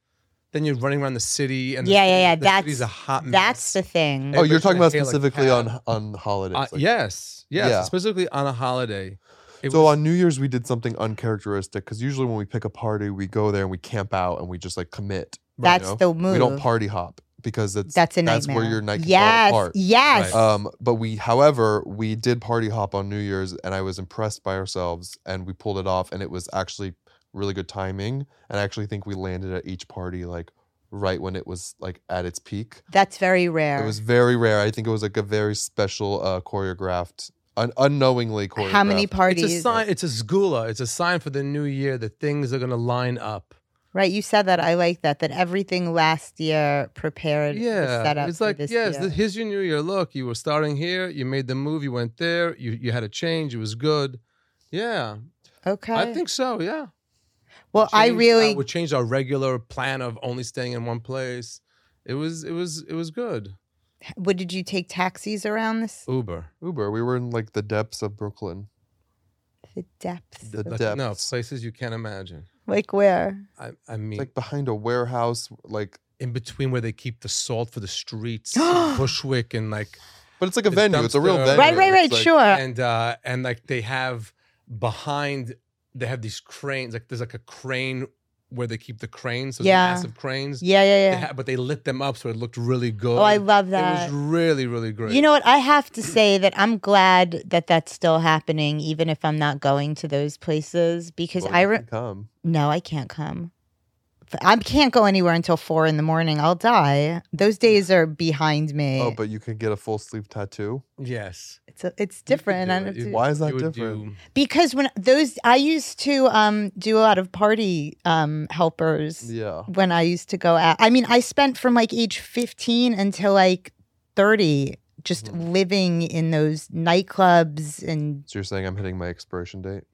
Speaker 1: Then you're running around the city and the
Speaker 4: Yeah, yeah,
Speaker 1: city-
Speaker 4: yeah,
Speaker 1: The
Speaker 4: that's-
Speaker 1: city's a hot.
Speaker 4: That's the
Speaker 1: mess.
Speaker 4: thing.
Speaker 3: oh, you're
Speaker 1: everybody's
Speaker 3: talking
Speaker 1: gonna
Speaker 3: about
Speaker 1: hail a
Speaker 3: specifically
Speaker 1: cab.
Speaker 3: on on holidays.
Speaker 1: Uh,
Speaker 3: like-
Speaker 1: yes, yes,
Speaker 3: Yeah.
Speaker 1: specifically on a holiday. It
Speaker 3: so
Speaker 1: was-
Speaker 3: on New Year's we did something uncharacteristic because usually when we pick a party we go there and we camp out and we just like commit.
Speaker 4: That's
Speaker 3: you know?
Speaker 4: the move.
Speaker 3: We don't party hop because it's
Speaker 4: That's a nightmare.
Speaker 3: that's where your night can fall
Speaker 4: yes,
Speaker 3: apart.
Speaker 4: Yes.
Speaker 1: Right.
Speaker 3: Um, but we, however, we did party hop on New Year's, and I was impressed by ourselves, and we pulled it off, and it was actually really good timing. And I actually think we landed at each party like right when it was like at its peak.
Speaker 4: That's very rare.
Speaker 3: It was very rare. I think it was like a very special uh, choreographed, un- unknowingly choreographed.
Speaker 4: How many
Speaker 1: it's a
Speaker 4: parties?
Speaker 1: sign. It's a sgula. It's a sign for the new year that things are gonna line up.
Speaker 4: Right, you said that. I like that. That everything last year prepared. the
Speaker 1: Yeah,
Speaker 4: setup
Speaker 1: it's
Speaker 4: for
Speaker 1: like
Speaker 4: this
Speaker 1: yes.
Speaker 4: year.
Speaker 1: th- Here's your new year. Look, you were starting here. You made the move. You went there. You you had a change. It was good. Yeah,
Speaker 4: okay.
Speaker 1: I think so. Yeah.
Speaker 4: well, I
Speaker 1: changed-
Speaker 4: really
Speaker 1: uh, we changed our regular plan of only staying in one place. It was it was it was good.
Speaker 4: what did you take taxis around this
Speaker 1: Uber.
Speaker 3: Uber? We were in like the depths of Brooklyn.
Speaker 4: the depths?
Speaker 3: The
Speaker 4: of-
Speaker 3: depth.
Speaker 1: Like, no
Speaker 3: depths.
Speaker 1: places you can't imagine.
Speaker 4: like where?
Speaker 1: I I
Speaker 3: It's
Speaker 1: mean,
Speaker 3: like behind a warehouse, like
Speaker 1: in between where they keep the salt for the streets, in Bushwick, and like
Speaker 3: but it's like a
Speaker 1: The
Speaker 3: venue. It's a real
Speaker 1: dumpster.
Speaker 3: venue.
Speaker 4: Right, right, right.
Speaker 3: It's like-
Speaker 4: sure.
Speaker 1: and uh and like they have behind they have these cranes. Like there's like a crane where they keep the cranes. Those
Speaker 4: Yeah.
Speaker 1: massive cranes.
Speaker 4: yeah, yeah,
Speaker 1: They
Speaker 4: yeah.
Speaker 1: ha- but they lit them up so it looked really good.
Speaker 4: oh, I love
Speaker 1: It
Speaker 4: that.
Speaker 1: was really really great.
Speaker 4: You know what? I have to say that I'm glad that that's still happening, even if I'm not going to those places, because
Speaker 3: Well,
Speaker 4: I
Speaker 3: you
Speaker 4: re-
Speaker 3: can come.
Speaker 4: no, I can't come. F- I can't go anywhere until four in the morning. I'll die. Those days are behind me.
Speaker 3: Oh, but you can get a full sleeve tattoo.
Speaker 1: Yes.
Speaker 4: it's a, it's
Speaker 1: You could
Speaker 4: different.
Speaker 1: do
Speaker 4: I
Speaker 1: it.
Speaker 4: don't have
Speaker 1: You-
Speaker 4: to-
Speaker 3: Why is that
Speaker 1: you would
Speaker 3: different?
Speaker 1: do-
Speaker 4: because when those I used to um, do a lot of party um, helpers
Speaker 3: Yeah.
Speaker 4: when I used to go out. I mean, I spent from like age 15 until like 30 just
Speaker 3: Mm.
Speaker 4: living in those nightclubs and
Speaker 3: So you're saying I'm hitting my expiration date?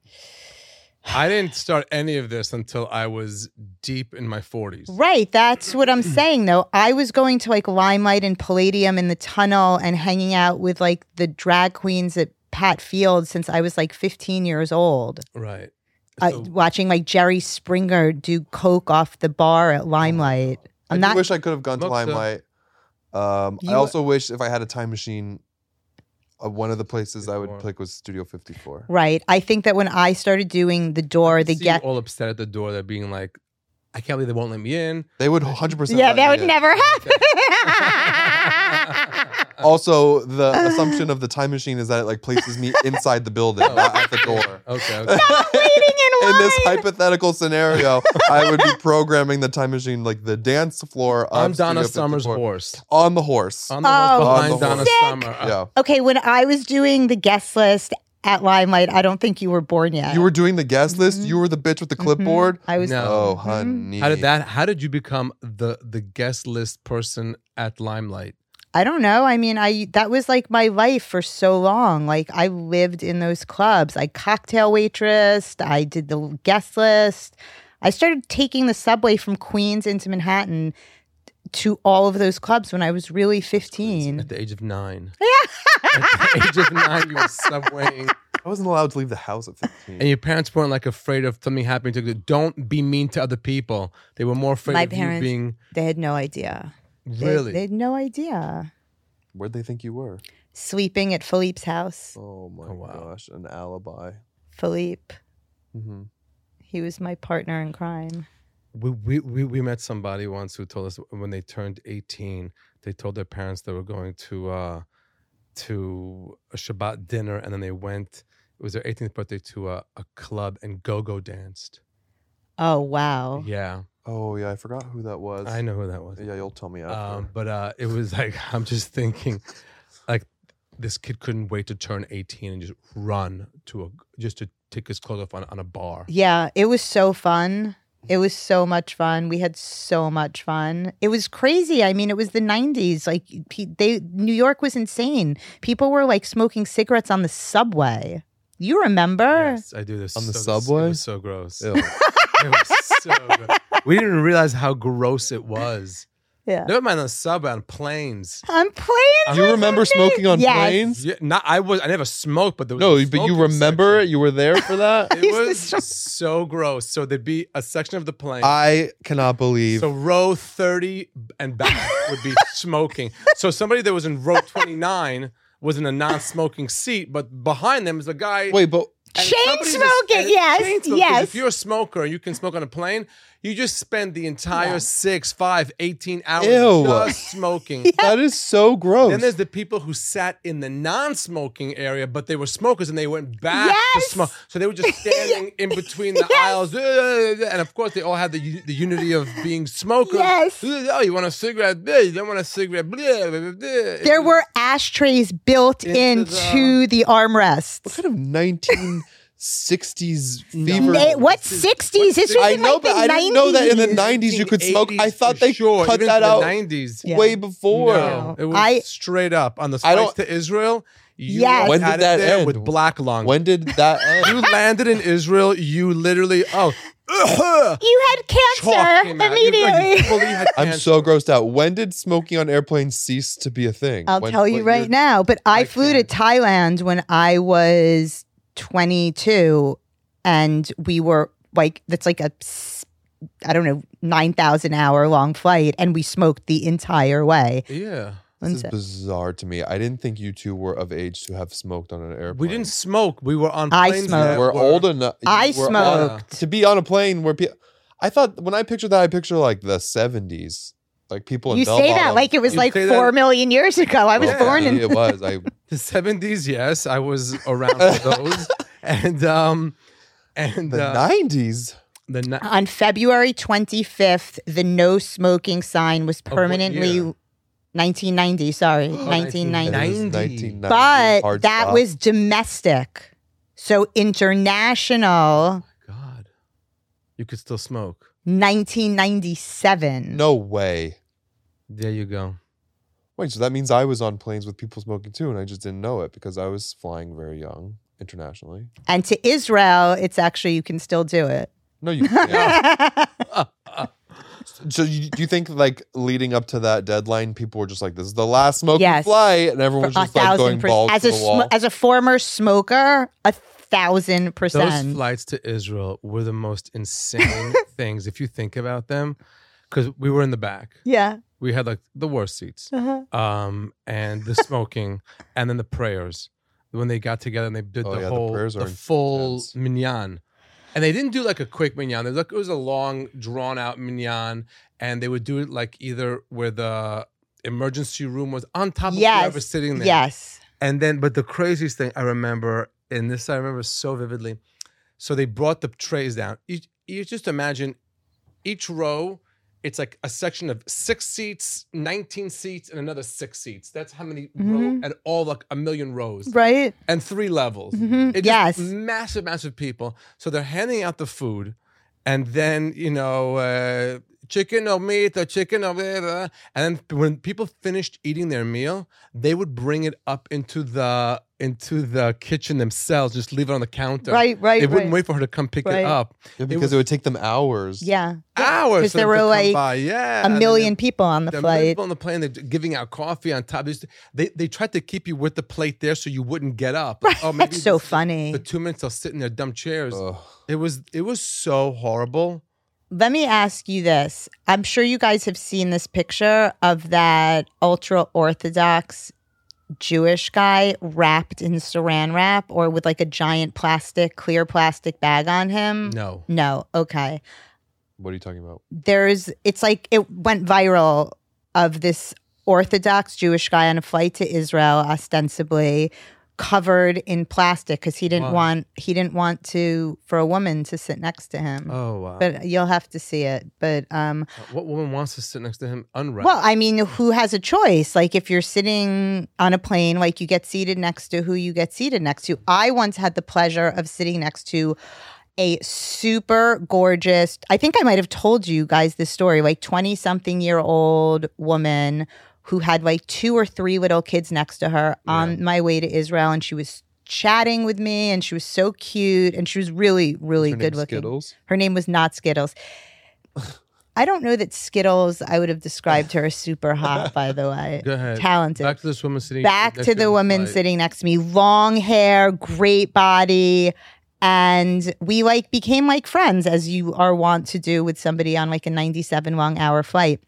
Speaker 1: I didn't start any of this until I was deep in my 40s.
Speaker 4: Right. That's what I'm saying, though. I was going to like Limelight and Palladium in the tunnel and hanging out with like the drag queens at Pat Field since I was like 15 years old.
Speaker 1: Right.
Speaker 4: Uh,
Speaker 1: So-
Speaker 4: watching like Jerry Springer do coke off the bar at Limelight.
Speaker 3: Oh. I
Speaker 4: I'm
Speaker 3: do
Speaker 4: not.
Speaker 3: wish I could have gone to
Speaker 1: Look, uh,
Speaker 3: Limelight. Um, I
Speaker 4: You-
Speaker 3: also wish if I had a time machine, uh, one of the places I would
Speaker 1: Before.
Speaker 3: pick was Studio 54.
Speaker 4: Right. I think that when I started doing the door, the
Speaker 1: See you
Speaker 4: get.
Speaker 1: all upset at the door. They're being like, I can't believe they won't let me in.
Speaker 3: They would 100%.
Speaker 4: Yeah,
Speaker 3: let
Speaker 4: that
Speaker 3: me
Speaker 4: would
Speaker 3: in.
Speaker 4: never happen.
Speaker 3: Also, the assumption of the time machine is that it like places me inside the building, not at the door.
Speaker 1: Oh, okay. okay.
Speaker 4: Waiting in
Speaker 3: In
Speaker 4: line.
Speaker 3: this hypothetical scenario, I would be programming the time machine like the dance floor. Of
Speaker 1: I'm Donna
Speaker 3: Studio
Speaker 1: Summer's
Speaker 3: 54.
Speaker 1: horse.
Speaker 3: on the horse.
Speaker 1: I'm the
Speaker 4: Oh,
Speaker 1: horse behind
Speaker 3: On the
Speaker 1: Donna
Speaker 3: horse.
Speaker 1: Summer. Uh,
Speaker 3: yeah,
Speaker 4: okay, when I was doing the guest list at Limelight, I don't think you were born yet.
Speaker 3: you were doing the guest list. You were the bitch with the clipboard.
Speaker 4: I was.
Speaker 1: No.
Speaker 3: Oh,
Speaker 4: Mhm.
Speaker 3: honey.
Speaker 1: Mm-hmm. How did that? How did you become the the guest list person at Limelight?
Speaker 4: I don't know. I mean, I that was like my life for so long. Like I lived in those clubs. I cocktail waitress. I did the guest list. I started taking the subway from Queens into Manhattan to all of those clubs when I was really
Speaker 1: At
Speaker 4: 15.
Speaker 1: the age of nine. at the age of nine, you were subwaying,
Speaker 3: I wasn't allowed to leave the house at 15.
Speaker 1: and your parents weren't like afraid of something happening to you. Don't be mean to other people. They were more afraid
Speaker 4: My
Speaker 1: of
Speaker 4: parents-
Speaker 1: you being
Speaker 4: They had no idea. They-
Speaker 1: really.
Speaker 4: They, had no idea.
Speaker 3: Where'd they think you were?
Speaker 4: Sleeping at Philippe's house.
Speaker 3: Oh my
Speaker 1: Oh, wow.
Speaker 3: gosh, an alibi.
Speaker 4: Philippe,
Speaker 3: hmm
Speaker 4: he was my partner in crime.
Speaker 1: we, we, we, we met somebody once who told us when they turned 18 they told their parents they were going to uh, to a shabbat dinner and then they went it was their 18th birthday to a, a club and go-go danced
Speaker 4: Oh, wow.
Speaker 1: yeah
Speaker 3: Oh yeah, I forgot who that was.
Speaker 1: i know who that was
Speaker 3: Yeah, you'll tell me after.
Speaker 1: um, but uh, it was like i'm just thinking like this kid couldn't wait to turn 18 and just run to a just to take his clothes off on, on a bar
Speaker 4: Yeah, it was so fun. It was so much fun. We had so much fun. It was crazy. I mean, it was the 90s. Like pe- they New York was insane. People were like smoking cigarettes on the subway. You remember?
Speaker 1: Yes, I do this
Speaker 3: On the
Speaker 1: so- this-
Speaker 3: subway?
Speaker 1: It was so gross.
Speaker 3: Ew.
Speaker 1: It was so gross. We didn't even realize how gross it was.
Speaker 4: Yeah.
Speaker 1: Never mind on the subway, on planes.
Speaker 4: I'm playing.
Speaker 3: you remember smoking on
Speaker 4: Yes.
Speaker 3: planes?
Speaker 1: Yeah, not I was. I never smoked, but there was a
Speaker 3: No, but you
Speaker 1: smoking
Speaker 3: remember it?
Speaker 1: section.
Speaker 3: You were there for that?
Speaker 1: It was so gross. So there'd be a section of the plane.
Speaker 3: I cannot believe.
Speaker 1: so row thirty and back would be smoking. So somebody that was in row twenty nine was in a non-smoking seat, but behind them is a guy.
Speaker 3: Wait, but
Speaker 1: and
Speaker 4: Chain
Speaker 1: somebody just-
Speaker 4: smoking,
Speaker 1: and
Speaker 4: yes,
Speaker 1: chain smoking, 'cause
Speaker 4: yes.
Speaker 1: If you're a smoker and you can smoke on a plane, you just spend the entire six, five, 18 hours
Speaker 3: Ew.
Speaker 1: just smoking.
Speaker 3: that is so gross.
Speaker 1: Then there's the people who sat in the non-smoking area, but they were smokers and they went back to
Speaker 4: Yes.
Speaker 1: smoke. So they were just standing in between the aisles, and of course they all had the u- the unity of being smokers.
Speaker 4: Yes.
Speaker 1: Oh, you want a cigarette? Blah, You don't want a cigarette? Blah, blah, blah, blah.
Speaker 4: There were ashtrays built
Speaker 1: Into the-
Speaker 4: into the
Speaker 3: what
Speaker 4: armrests.
Speaker 3: kind of 1960s fever?
Speaker 4: They- what 60s? This was
Speaker 3: I
Speaker 4: in,
Speaker 3: know,
Speaker 4: like,
Speaker 3: but
Speaker 4: the
Speaker 3: I didn't know that in the
Speaker 4: 90s.
Speaker 3: 90s you could smoke. I
Speaker 1: 80s
Speaker 3: thought
Speaker 1: for
Speaker 3: they
Speaker 1: sure,
Speaker 3: cut
Speaker 1: even
Speaker 3: that
Speaker 1: to the
Speaker 3: out
Speaker 1: 90s.
Speaker 4: Yeah.
Speaker 3: way before.
Speaker 1: No, it was
Speaker 4: I-
Speaker 1: straight up on the
Speaker 3: I
Speaker 1: flight
Speaker 3: don't-
Speaker 1: to Israel. You
Speaker 4: Yes.
Speaker 1: when
Speaker 3: When did
Speaker 1: did
Speaker 3: that
Speaker 1: there
Speaker 3: end?
Speaker 1: With black lung.
Speaker 3: When did that
Speaker 1: you
Speaker 3: end?
Speaker 1: landed in Israel, you literally oh.
Speaker 4: You had
Speaker 1: chalk
Speaker 4: cancer
Speaker 1: came out. You- you
Speaker 4: immediately.
Speaker 1: fully had
Speaker 3: I'm
Speaker 1: cancer.
Speaker 3: so grossed out. When did smoking on airplanes cease to be a thing?
Speaker 4: I'll
Speaker 3: When-
Speaker 4: tell you
Speaker 3: what
Speaker 4: right
Speaker 3: year-
Speaker 4: now. But I,
Speaker 1: I
Speaker 4: flew to Thailand when I was 22, and we were like, that's like a, s- I don't know, 9,000 hour long flight, and we smoked the entire way.
Speaker 1: Yeah.
Speaker 3: This is
Speaker 4: Lindsay.
Speaker 3: bizarre to me. I didn't think you two were of age to have smoked on an airplane.
Speaker 1: We didn't smoke. We were on
Speaker 4: I
Speaker 1: planes.
Speaker 4: smoked.
Speaker 1: that
Speaker 3: We're old enough.
Speaker 4: I
Speaker 3: we're on-
Speaker 4: smoked.
Speaker 3: to be on a plane where people. I thought when I picture that, I picture like the seventies, like people in
Speaker 4: You
Speaker 3: bell
Speaker 4: say that
Speaker 3: bottoms.
Speaker 4: like it was
Speaker 1: You
Speaker 4: like
Speaker 1: say
Speaker 4: four
Speaker 1: that-
Speaker 4: million years ago. I was
Speaker 1: Yeah.
Speaker 4: born in.
Speaker 3: It was. I
Speaker 1: The seventies, yes. I was around for those. and um and
Speaker 3: the
Speaker 1: uh,
Speaker 3: nineties.
Speaker 1: the ni-
Speaker 4: On February 25th, the no smoking sign was
Speaker 1: what
Speaker 4: permanently
Speaker 1: year?
Speaker 4: 1990. Sorry,
Speaker 3: Oh,
Speaker 1: 1990.
Speaker 4: 1990.
Speaker 3: nineteen ninety.
Speaker 4: But that was domestic. So international
Speaker 1: God. You could still smoke.
Speaker 4: 1997.
Speaker 3: no way.
Speaker 1: There you go.
Speaker 3: Wait, so that means I was on planes with people smoking too, and I just didn't know it because I was flying very young. internationally.
Speaker 4: And to Israel, it's actually you can still do it.
Speaker 3: No, you. Yeah. so you, do you think like leading up to that deadline, people were just like, "This is the last smoking
Speaker 4: Yes.
Speaker 3: flight," and
Speaker 4: For
Speaker 3: everyone was
Speaker 4: a
Speaker 3: just like going
Speaker 4: thousand
Speaker 3: balls
Speaker 4: percent.
Speaker 3: to
Speaker 4: As a
Speaker 3: the wall.
Speaker 4: sm- as a former smoker, a thousand
Speaker 1: Those
Speaker 4: percent.
Speaker 1: flights to Israel were the most insane things if you think about them, because we were in the back.
Speaker 4: yeah.
Speaker 1: We had like the worst seats,
Speaker 4: Uh-huh.
Speaker 1: um, and the smoking, and then the prayers when they got together and they did
Speaker 3: Oh,
Speaker 1: the
Speaker 3: yeah, the
Speaker 1: whole
Speaker 3: prayers
Speaker 1: the,
Speaker 3: are
Speaker 1: full
Speaker 3: intense.
Speaker 1: minyan, and they didn't do like a quick minyan. It was like it was a long, drawn out minyan, and they would do it like either where the emergency room was on top of
Speaker 4: Yes.
Speaker 1: whoever's sitting there.
Speaker 4: Yes.
Speaker 1: And then, but the craziest thing I remember, and this I remember so vividly. So they brought the trays down. You, you just imagine each row, it's like a section of six seats, 19 seats, and another six seats. That's how many row, and all like a million rows
Speaker 4: Right.
Speaker 1: and three levels. It
Speaker 4: Mm-hmm. Yes.
Speaker 1: massive, massive people. So they're handing out the food, and then you know, uh, chicken or meat or chicken or whatever. And then when people finished eating their meal, they would bring it up into the into the kitchen themselves. Just leave it on the counter.
Speaker 4: Right, right,
Speaker 1: They wouldn't
Speaker 4: right.
Speaker 1: wait for her to come pick
Speaker 4: Right.
Speaker 1: it up.
Speaker 3: Yeah,
Speaker 1: it
Speaker 3: because
Speaker 1: was
Speaker 3: it, would take them hours.
Speaker 4: Yeah.
Speaker 1: hours.
Speaker 4: 'Cause
Speaker 1: for
Speaker 4: there
Speaker 1: them to
Speaker 4: were,
Speaker 1: come
Speaker 4: like,
Speaker 1: by. yeah,
Speaker 4: A
Speaker 1: and then
Speaker 4: million
Speaker 1: they-
Speaker 4: people on the
Speaker 1: the
Speaker 4: flight.
Speaker 1: people on the plane, they're giving out coffee on top. They just- They, they tried to keep you with the plate there so you wouldn't get up. Like, oh, maybe
Speaker 4: That's so
Speaker 1: this-
Speaker 4: funny.
Speaker 1: the two minutes they'll sit in their dumb chairs.
Speaker 3: Ugh.
Speaker 1: It was it was so horrible.
Speaker 4: Let me ask you this. I'm sure you guys have seen this picture of that ultra orthodox Jewish guy wrapped in saran wrap or with like a giant plastic, clear plastic bag on him.
Speaker 1: No.
Speaker 4: No. Okay.
Speaker 3: What are you talking about?
Speaker 4: there's it's like it went viral of this orthodox jewish guy on a flight to israel ostensibly covered in plastic because he didn't
Speaker 1: Wow.
Speaker 4: want he didn't want to for a woman to sit next to him
Speaker 1: Oh wow.
Speaker 4: Mm. but you'll have to see it but um
Speaker 1: what woman wants to sit next to him unwrapped?
Speaker 4: well i mean who has a choice like if you're sitting on a plane like you get seated next to who you get seated next to i once had the pleasure of sitting next to a super gorgeous i think i might have told you guys this story like 20 something year old woman who had like two or three little kids next to her on my way to israel and she was chatting with me and she was so cute and she was really really
Speaker 3: Her name
Speaker 4: good looking
Speaker 3: Skittles.
Speaker 4: her name was not Skittles. I don't know that Skittles, I would have described her as super hot, by the way.
Speaker 1: Go ahead.
Speaker 4: Talented.
Speaker 1: Back to this woman sitting.
Speaker 4: Back
Speaker 1: next
Speaker 4: to the
Speaker 1: him,
Speaker 4: woman
Speaker 1: like,
Speaker 4: sitting next to me. Long hair, great body. And we like became like friends, as you are wont to do with somebody on like a 97 long hour flight.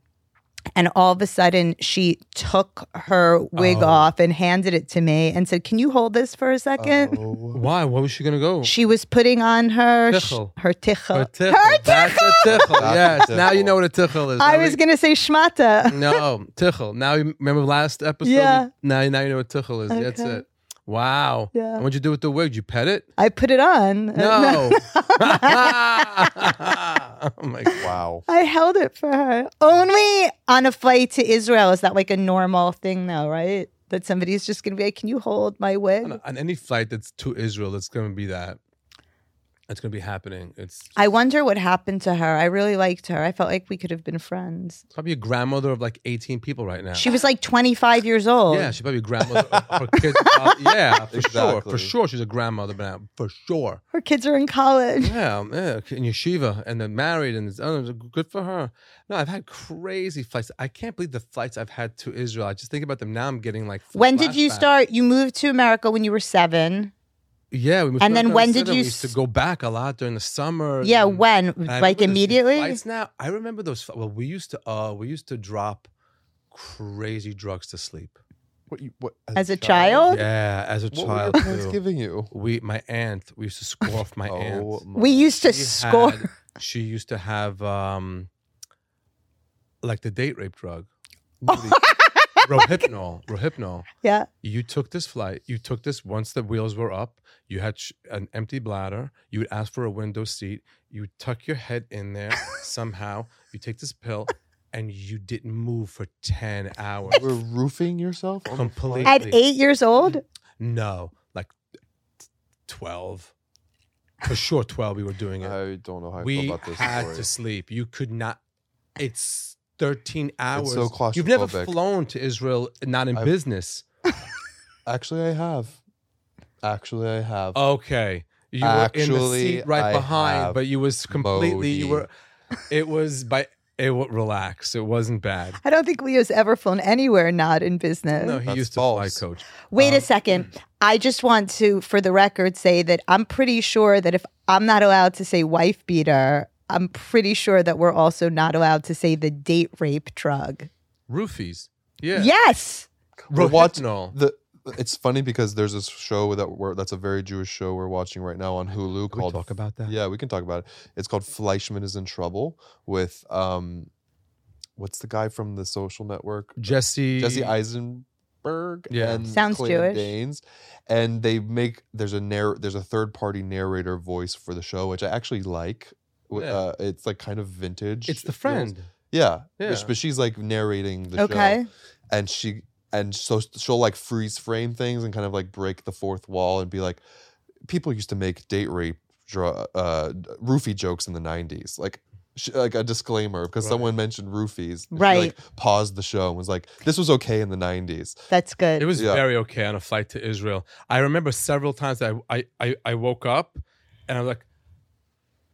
Speaker 4: And all of a sudden, she took her wig
Speaker 1: Oh.
Speaker 4: off and handed it to me and said, Can you hold this for a second?
Speaker 3: Oh.
Speaker 1: Why? Where was she gonna go?
Speaker 4: She was putting on her
Speaker 1: Oh. Tichel.
Speaker 4: her tichel.
Speaker 1: a tickle. That's a tickle. yes.
Speaker 3: That's a
Speaker 1: Now you
Speaker 3: tickle.
Speaker 1: know what a tickle is.
Speaker 4: I
Speaker 1: Now
Speaker 4: was
Speaker 1: we-
Speaker 4: gonna say schmata.
Speaker 1: no tickle. Now you remember last episode.
Speaker 4: Yeah.
Speaker 1: Now now you know what tickle is. That's
Speaker 4: Okay.
Speaker 1: it. Wow.
Speaker 4: Yeah. Uh,
Speaker 1: And what'd you do with the wig? Did you pet it?
Speaker 4: I put it on.
Speaker 1: No. oh my god.
Speaker 3: Wow.
Speaker 4: I held it for her. Only on a flight to Israel is that like a normal thing now, right? That somebody's just gonna be like, "Can you hold my wig?"
Speaker 1: on, on any flight that's to Israel, it's going to be that. It's going to be happening. It's
Speaker 4: I wonder what happened to her. I really liked her. I felt like we could have been friends.
Speaker 1: probably a grandmother of like 18 people right now.
Speaker 4: She was like 25 years old.
Speaker 1: yeah, she's probably a grandmother of of her kids. Uh, yeah, for sure. For
Speaker 3: Exactly.
Speaker 1: sure, she's a grandmother now. For sure.
Speaker 4: Her kids are in college.
Speaker 1: Yeah, um, yeah, in yeshiva and then married and it's, oh, it's good for her. No, I've had crazy flights. I can't believe the flights I've had to Israel. I just think about them now. I'm getting like.
Speaker 4: When did you
Speaker 1: flashbacks.
Speaker 4: start? You moved to America when you were seven.
Speaker 1: Yeah, we moved
Speaker 4: And
Speaker 1: to
Speaker 4: then
Speaker 1: America
Speaker 4: when
Speaker 1: and
Speaker 4: did
Speaker 1: Sydney.
Speaker 4: you
Speaker 1: We used to
Speaker 4: s-
Speaker 1: go back a lot during the summer?
Speaker 4: Yeah,
Speaker 1: and-
Speaker 4: when?
Speaker 1: And I remember
Speaker 4: Like
Speaker 1: those
Speaker 4: immediately?
Speaker 1: Flights now. I remember those. fl- Well, we used to. Uh, we used to drop crazy drugs to sleep.
Speaker 3: What you, what,
Speaker 4: As a child?
Speaker 1: Yeah, as a
Speaker 3: Oh, What were your
Speaker 1: child.
Speaker 3: parents
Speaker 1: too.
Speaker 3: giving you? Oh
Speaker 1: We, my aunt, we used to score off my aunt.
Speaker 3: my-
Speaker 4: We used to
Speaker 1: She
Speaker 4: score.
Speaker 1: had- she used to have um, like the date rape drug,
Speaker 3: Oh
Speaker 1: rohypnol. Rohypnol.
Speaker 4: yeah.
Speaker 1: you took this flight you took this once the wheels were up you had sh- an empty bladder you would ask for a window seat you would tuck your head in there somehow you take this pill and you didn't move for 10 hours
Speaker 3: You We're roofing yourself Oh on the
Speaker 1: Completely.
Speaker 3: flight?
Speaker 4: At eight years old?
Speaker 1: no like t- 12 for sure 12 we were doing it
Speaker 3: I don't know how I
Speaker 1: we
Speaker 3: feel about this
Speaker 1: had
Speaker 3: story.
Speaker 1: to sleep you could not it's 13 hours
Speaker 3: so
Speaker 1: you've never
Speaker 3: claustrophobic.
Speaker 1: flown to israel not in
Speaker 3: I've-
Speaker 1: business
Speaker 3: Actually, I have. Actually, I have.
Speaker 1: Oh. Okay. You were in the
Speaker 3: Actually,
Speaker 1: seat right
Speaker 3: I
Speaker 1: behind,
Speaker 3: have
Speaker 1: but you was completely you
Speaker 3: Modi.
Speaker 1: were it was by it wa- relax. It wasn't bad.
Speaker 4: I don't think Leo's ever flown anywhere not in business.
Speaker 1: No, he
Speaker 3: That's
Speaker 1: used to
Speaker 3: false.
Speaker 1: fly coach.
Speaker 4: Wait a second. I just want to, for the record, say that I'm pretty sure that if I'm not allowed to say wife beater, I'm pretty sure that we're also not allowed to say the date rape drug.
Speaker 1: Roofies. Yeah.
Speaker 4: Yes.
Speaker 3: We're watch-
Speaker 1: Rohypnol.
Speaker 3: the it's funny because there's this show that we're, that's a very Jewish show we're watching right now on Hulu
Speaker 1: Can we
Speaker 3: called
Speaker 1: talk about that?
Speaker 3: Yeah, we can talk about it. It's called Fleischman is in Trouble with um what's the guy from the social network?
Speaker 1: Jesse
Speaker 3: Jesse Eisenberg
Speaker 1: Yeah.
Speaker 3: and
Speaker 4: Sounds
Speaker 3: Claire
Speaker 4: Jewish.
Speaker 3: Danes. And they make there's a narr- there's a third party narrator voice for the show, which I actually like. W-
Speaker 1: Yeah.
Speaker 3: Uh, it's like kind of vintage.
Speaker 1: It's the
Speaker 3: it feels.
Speaker 1: friend.
Speaker 3: Yeah.
Speaker 1: Yeah.
Speaker 3: But sh- But she's like narrating the show
Speaker 4: Okay.
Speaker 3: and she and so she'll like freeze frame things and kind of like break the fourth wall and be like people used to make date rape draw uh roofie jokes in the 90s like sh like a disclaimer because
Speaker 1: Right.
Speaker 3: someone mentioned roofies and she,
Speaker 4: Right.
Speaker 3: like paused the show and was like this was okay in the 90s
Speaker 4: That's good.
Speaker 1: It was
Speaker 3: Yeah.
Speaker 1: very okay on a flight to Israel. I remember several times I I I, I woke up and I'm like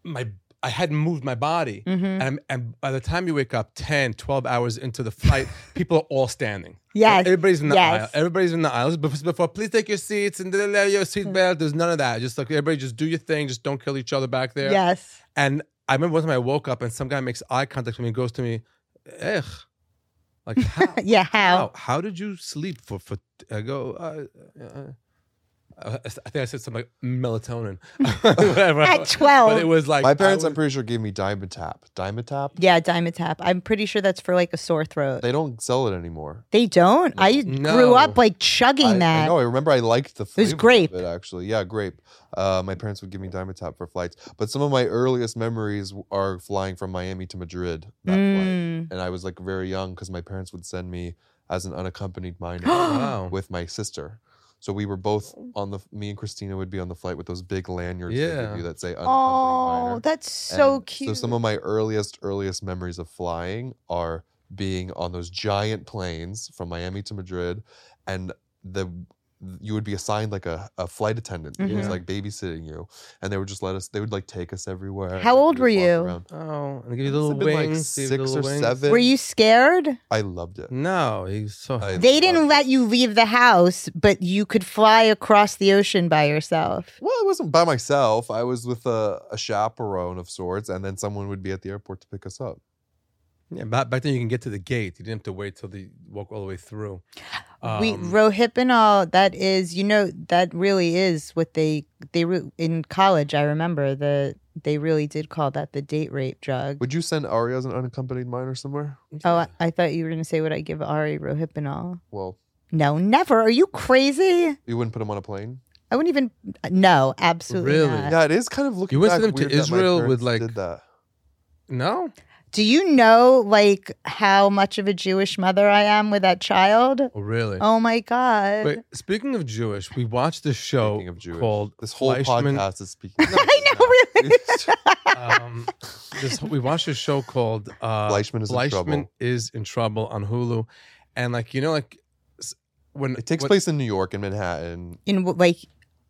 Speaker 1: my I hadn't moved my body. And, I'm- and by the time you wake up 10, 12 hours into the flight, people are all standing.
Speaker 4: Yes.
Speaker 1: Everybody's in the
Speaker 4: Yes.
Speaker 1: aisle. Everybody's in the aisles. But it's before, please take your seats and da- da- da, your
Speaker 4: Hmm.
Speaker 1: seat belt. There's none of that. Just like everybody just do your thing. Just don't kill each other back there.
Speaker 4: yes.
Speaker 1: And I remember one time I woke up and some guy makes eye contact with me and goes to me, Ech. Like, how?
Speaker 4: Yeah. How?
Speaker 1: How? How did you sleep for for? I go. Uh, uh, uh, I think I said something like melatonin. Whatever.
Speaker 4: At 12.
Speaker 1: But it was like
Speaker 3: my parents
Speaker 1: I
Speaker 3: i'm pretty sure gave me dimetap dimetap
Speaker 4: Yeah. Dimetap. I'm pretty sure that's for like a sore throat. They,
Speaker 3: they don't sell it anymore
Speaker 4: don't. I
Speaker 1: No.
Speaker 4: grew up like chugging
Speaker 3: I,
Speaker 4: that.
Speaker 3: I know. I remember I liked the flavor
Speaker 4: grape.
Speaker 3: of it actually. Yeah, grape. Uh, my parents would give me Dimetap for flights, but some of my earliest memories w- are flying from Miami to Madrid that
Speaker 4: Mm.
Speaker 3: flight, and I was like very young because my parents would send me as an unaccompanied
Speaker 1: was-
Speaker 3: minor
Speaker 1: wow.
Speaker 3: with my sister. So we were both on the. Me and Christina would be on the flight with those big lanyards they give
Speaker 1: Yeah.
Speaker 3: you that say unaccompanied minor.
Speaker 4: Oh, that's so
Speaker 3: And
Speaker 4: cute.
Speaker 3: So some of my earliest, earliest memories of flying are being on those giant planes from Miami to Madrid, and the you would be assigned like a, a flight attendant who was
Speaker 4: Mm-hmm.
Speaker 1: Mhm.
Speaker 3: like babysitting you, and they would just let us. They would like take us everywhere. and
Speaker 4: How
Speaker 3: we
Speaker 4: old
Speaker 3: would
Speaker 4: were
Speaker 3: walk
Speaker 4: you?
Speaker 3: around.
Speaker 1: Oh, and they give you
Speaker 3: Must
Speaker 1: little
Speaker 3: have been, like,
Speaker 1: wings. give you
Speaker 3: six or
Speaker 1: little wings.
Speaker 3: seven.
Speaker 4: Were you scared?
Speaker 3: I loved
Speaker 1: Mm.
Speaker 3: it.
Speaker 1: No, he's so.
Speaker 3: I
Speaker 4: They didn't
Speaker 3: loved it.
Speaker 4: let you leave the house, but you could fly across the ocean by yourself.
Speaker 3: Well, I wasn't by myself. I was with a, a chaperone of sorts, and then someone would be at the airport to pick us up.
Speaker 1: yeah, back, back then you can get to the gate. You didn't have to wait till the walk all the way through.
Speaker 4: we
Speaker 1: Um,
Speaker 4: rohypnol. That is, you know, that really is what they they re- in college. I remember the they really did call that the date rape drug.
Speaker 3: Would you send Ari as an unaccompanied minor somewhere?
Speaker 4: oh, I, I thought you were going to say what I give Ari rohypnol.
Speaker 3: Well,
Speaker 4: No, never. Are you crazy?
Speaker 3: you wouldn't put him on a plane.
Speaker 4: I wouldn't even. No, absolutely
Speaker 1: Really?
Speaker 4: not.
Speaker 3: Yeah, it is kind of looking.
Speaker 1: You went to
Speaker 3: back
Speaker 1: them to
Speaker 3: weird that my
Speaker 1: Israel with,
Speaker 3: parents
Speaker 1: like-
Speaker 3: did that.
Speaker 1: no.
Speaker 4: Do you know like how much of a Jewish mother I am with that child?
Speaker 1: Oh, really?
Speaker 4: Oh my god.
Speaker 1: But speaking of Jewish, we watched this show
Speaker 3: Speaking of Jewish,
Speaker 1: called
Speaker 3: this whole
Speaker 1: Fleischman-
Speaker 3: podcast is speaking.
Speaker 4: I know, really.
Speaker 1: um, this, we watched a show called uh,
Speaker 3: Fleischman is in trouble.
Speaker 1: is in trouble on Hulu, and like you know, like s- when
Speaker 3: It takes
Speaker 1: when-
Speaker 3: place in New York and Manhattan.
Speaker 4: in wh- like